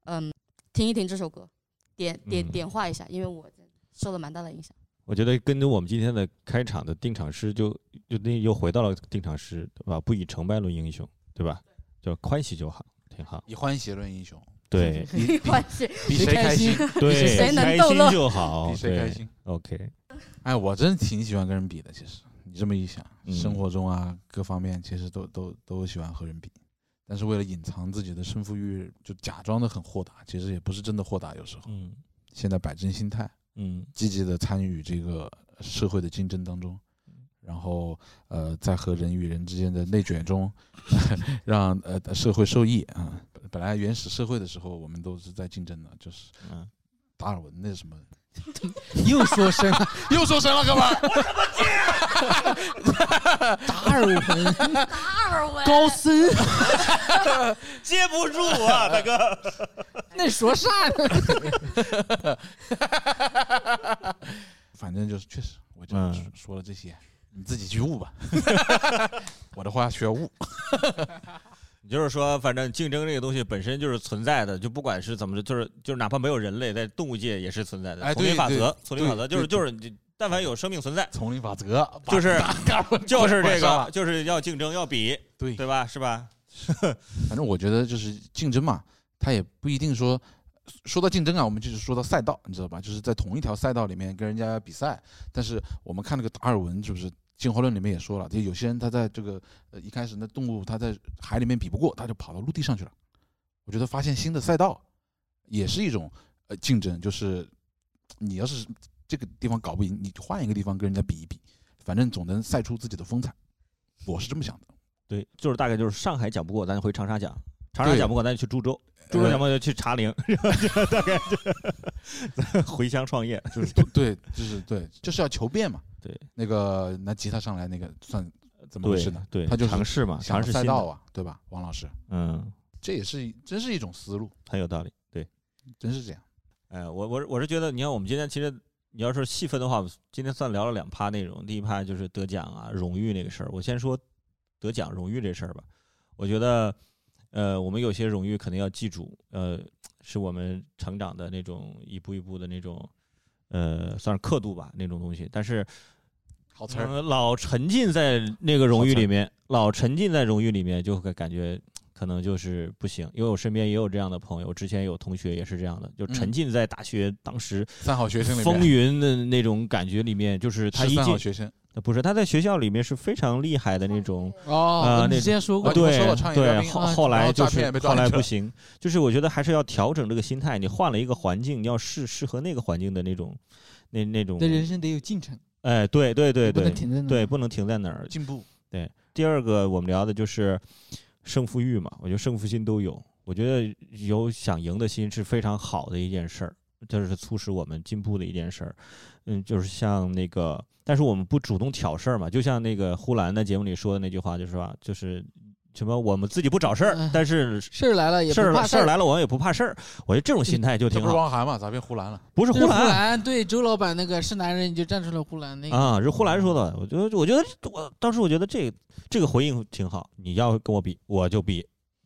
Speaker 6: 嗯，听一听这首歌，点点
Speaker 4: 嗯
Speaker 6: 点化一下，因为我受了蛮大的影响。
Speaker 4: 我觉得跟着我们今天的开场的定场诗就，就那又回到了定场诗，对吧？不以成败论英雄，对吧？就宽喜就好，挺好。
Speaker 5: 以欢喜论英 雄，
Speaker 4: 对
Speaker 6: 没关系，
Speaker 5: 比谁开心，哦
Speaker 4: 对，
Speaker 6: 谁能
Speaker 4: 开
Speaker 6: 逗
Speaker 4: 心
Speaker 6: 乐
Speaker 4: 就好，
Speaker 5: 比谁开
Speaker 4: 对
Speaker 5: 心。
Speaker 4: OK，
Speaker 5: 哎，我真挺喜欢跟人比的。其实你这么一想，
Speaker 4: 嗯
Speaker 5: 生活中啊，各方面其实都都都喜欢和人比。但是为了隐藏自己的胜负欲，就假装的很豁达，其实也不是真的豁达。有时候，
Speaker 4: 嗯
Speaker 5: 现在摆正心态，
Speaker 4: 嗯
Speaker 5: 积极的参与这个社会的竞争当中，
Speaker 4: 嗯
Speaker 5: 然后呃，在和人与人之间的内卷中， 让呃社会受益啊、本本来原始社会的时候，我们都是在竞争的，就是
Speaker 4: 嗯，
Speaker 5: 达尔文那什么，
Speaker 3: 又说深了，
Speaker 5: 又说神了，哥们儿，
Speaker 3: 达尔文、
Speaker 6: 达尔文
Speaker 3: 高 僧，
Speaker 1: 接不住啊，大哥。
Speaker 3: 那说啥呢？
Speaker 5: 反正就是确实，我就
Speaker 4: 嗯
Speaker 5: 说说了这些，你自己去悟吧。 我的话需要悟，
Speaker 4: 你就是说，反正竞争这个东西本身就是存在的，就不管是怎么着，就是就是哪怕没有人类，在动物界也是存在的。
Speaker 5: 哎
Speaker 4: 丛林
Speaker 5: 对
Speaker 4: 法
Speaker 5: 对
Speaker 4: 则，丛林法则
Speaker 5: 对
Speaker 4: 就是
Speaker 5: 对
Speaker 4: 就是你，但凡有生命存在，
Speaker 5: 丛林法则
Speaker 4: 就是 就是这
Speaker 5: 晚上
Speaker 4: 个
Speaker 5: 了
Speaker 4: 就是要竞争要比，
Speaker 5: 对
Speaker 4: 对吧？是吧？
Speaker 5: 反正我觉得就是竞争嘛，它也不一定说。说到竞争啊，我们就是说到赛道，你知道吧？就是在同一条赛道里面跟人家比赛，但是我们看那个达尔文，就是《进化论》里面也说了，就有些人他在这个呃一开始那动物他在海里面比不过，他就跑到陆地上去了。我觉得发现新的赛道也是一种呃竞争，就是你要是这个地方搞不赢，你就换一个地方跟人家比一比，反正总能赛出自己的风采。我是这么想的。
Speaker 4: 对，就是大概就是上海讲不过，咱就回长沙讲；长沙
Speaker 5: 对
Speaker 4: 讲不过，咱就去株洲；株洲
Speaker 5: 呃
Speaker 4: 讲不过就去茶陵， 然后就大概就 回乡创业。
Speaker 5: 就是 对，就是对，就是要求变嘛。
Speaker 4: 对，
Speaker 5: 那个拿吉他上来那个算怎么回事
Speaker 4: 对
Speaker 5: 呢？
Speaker 4: 对，
Speaker 5: 他嗯就是
Speaker 4: 尝试嘛，
Speaker 5: 想
Speaker 4: 尝试
Speaker 5: 赛
Speaker 4: 新
Speaker 5: 道
Speaker 4: 的，
Speaker 5: 啊，对吧，王老师？
Speaker 4: 嗯，
Speaker 5: 这也是真是一种思路，
Speaker 4: 很有道理。对，
Speaker 5: 真是这样。
Speaker 4: 哎，我我是我是觉得，你看我们今天其实你要是细分的话，今天算聊了两趴内容。第一趴就是得奖啊、荣誉那个事儿。我先说得奖、荣誉这事儿吧。我觉得，呃，我们有些荣誉肯定要记住，呃，是我们成长的那种一步一步的那种，呃，算是刻度吧那种东西。但是
Speaker 5: 好
Speaker 4: 好，嗯老沉浸在那个荣誉里面，老沉浸在荣誉里面，就会感觉可能就是不行。因为我身边也有这样的朋友，之前有同学也是这样的，就沉浸在大学当时
Speaker 5: 三好嗯学生里
Speaker 4: 风
Speaker 5: 面
Speaker 4: 云的那种感觉里面，就是他
Speaker 5: 是
Speaker 4: 一
Speaker 5: 三好
Speaker 4: 进
Speaker 5: 学生，
Speaker 4: 不是他在学校里面是非常厉害的那啊种。啊
Speaker 3: 哦，
Speaker 4: 那
Speaker 3: 你之前说过
Speaker 5: 哦，你们
Speaker 4: 对
Speaker 5: 说过创业标
Speaker 4: 对，
Speaker 5: 兵
Speaker 4: 后
Speaker 5: 啊
Speaker 4: 后
Speaker 5: 然
Speaker 4: 来
Speaker 5: 后
Speaker 4: 就
Speaker 5: 诈骗
Speaker 4: 是
Speaker 5: 也被抓
Speaker 4: 后来
Speaker 5: 进去
Speaker 4: 不
Speaker 5: 了
Speaker 4: 行，就是我觉得还是要调整这个心态。你换了一个环境，你要适适合那个环境的那种，那那种
Speaker 3: 对，人生得有进程，
Speaker 4: 哎，对对对
Speaker 3: 不
Speaker 4: 对
Speaker 3: 能停在那。
Speaker 4: 对，，不能停在哪儿，
Speaker 5: 进步
Speaker 4: 第二个我们聊的就是胜负欲嘛，我觉得胜负心都有，我觉得有想赢的心是非常好的一件事儿，这是促使我们进步的一件事儿。嗯，就是像那个，但是我们不主动挑事儿嘛，就像那个呼兰的节目里说的那句话，就是吧，就是什么我们自己不找事儿
Speaker 3: 嗯，
Speaker 4: 但是。
Speaker 3: 事儿来了也
Speaker 4: 事
Speaker 3: 不
Speaker 4: 儿
Speaker 3: 怕
Speaker 4: 来事儿，来了，我们也不怕事儿。我觉得这种心态就
Speaker 5: 这
Speaker 4: 挺
Speaker 5: 不是
Speaker 4: 好。
Speaker 5: 汪涵嘛？咋变呼兰了？
Speaker 4: 不是
Speaker 3: 这
Speaker 4: 呼
Speaker 3: 是呼
Speaker 4: 兰，
Speaker 3: 兰对周老板那个是男人你就站出来呼兰
Speaker 5: 哎
Speaker 3: 那个，
Speaker 4: 啊，是呼兰说的。我觉得，我觉得我当时我觉得这这个回应挺好。你要跟我比，我就比。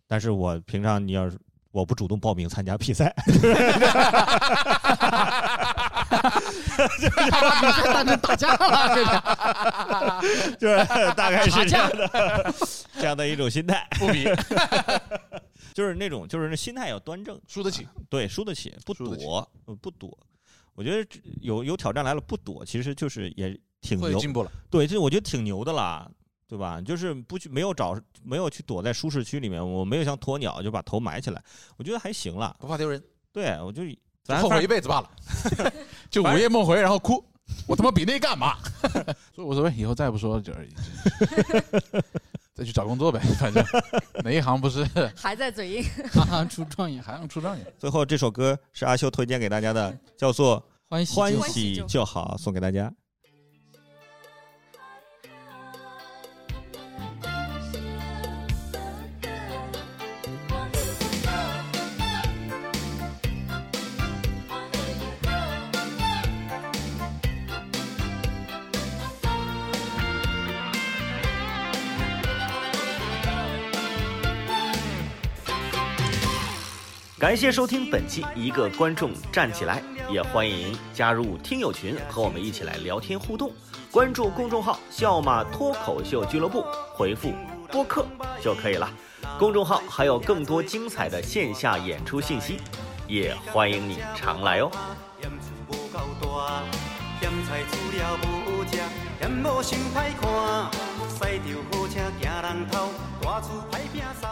Speaker 4: 但是我平常你要是我不主动报名参加比赛，
Speaker 3: 当成打架了，这 是。
Speaker 4: 就是 大概是这样的 这样的一种心态，
Speaker 5: 不比，
Speaker 4: 就是那种就是那心态要端正，
Speaker 5: 输得起。
Speaker 4: 对，输得起，不
Speaker 5: 输得起
Speaker 4: 躲，呃不躲。我觉得这有有挑战来了不躲，其实就是也挺
Speaker 5: 会
Speaker 4: 牛
Speaker 5: 有，进步了，
Speaker 4: 对，这我觉得挺牛的啦，对吧？就是不去没有找没有去躲在舒适区里面，我没有像鸵鸟就把头埋起来，我觉得还行啦。
Speaker 5: 不怕丢人，
Speaker 4: 对，我就咱
Speaker 5: 后
Speaker 4: 反
Speaker 5: 悔一辈子 罢了。就午夜梦回，然后哭，我他妈比那干嘛？ 所以无所谓，以后再不说就而已。 再去找工作呗，反正哪一行不是
Speaker 6: 还在嘴硬，
Speaker 3: 哈哈，啊出状元，
Speaker 5: 还能出账去？
Speaker 4: 最后这首歌是阿修推荐给大家的，叫做
Speaker 3: 欢
Speaker 4: 《
Speaker 3: 喜
Speaker 4: 欢
Speaker 3: 就
Speaker 4: 喜
Speaker 6: 喜就好
Speaker 4: 就好》，送给大家。
Speaker 1: 感谢收听本期《一个观众站起来》，也欢迎加入听友群和我们一起来聊天互动。关注公众号“笑马脱口秀俱乐部”，回复“播客”就可以了。公众号还有更多精彩的线下演出信息，也欢迎你常来哦。
Speaker 7: 嫌厝无够大，嫌菜煮了无好食，嫌某想歹看，驶着好车惊人偷，大厝歹拼三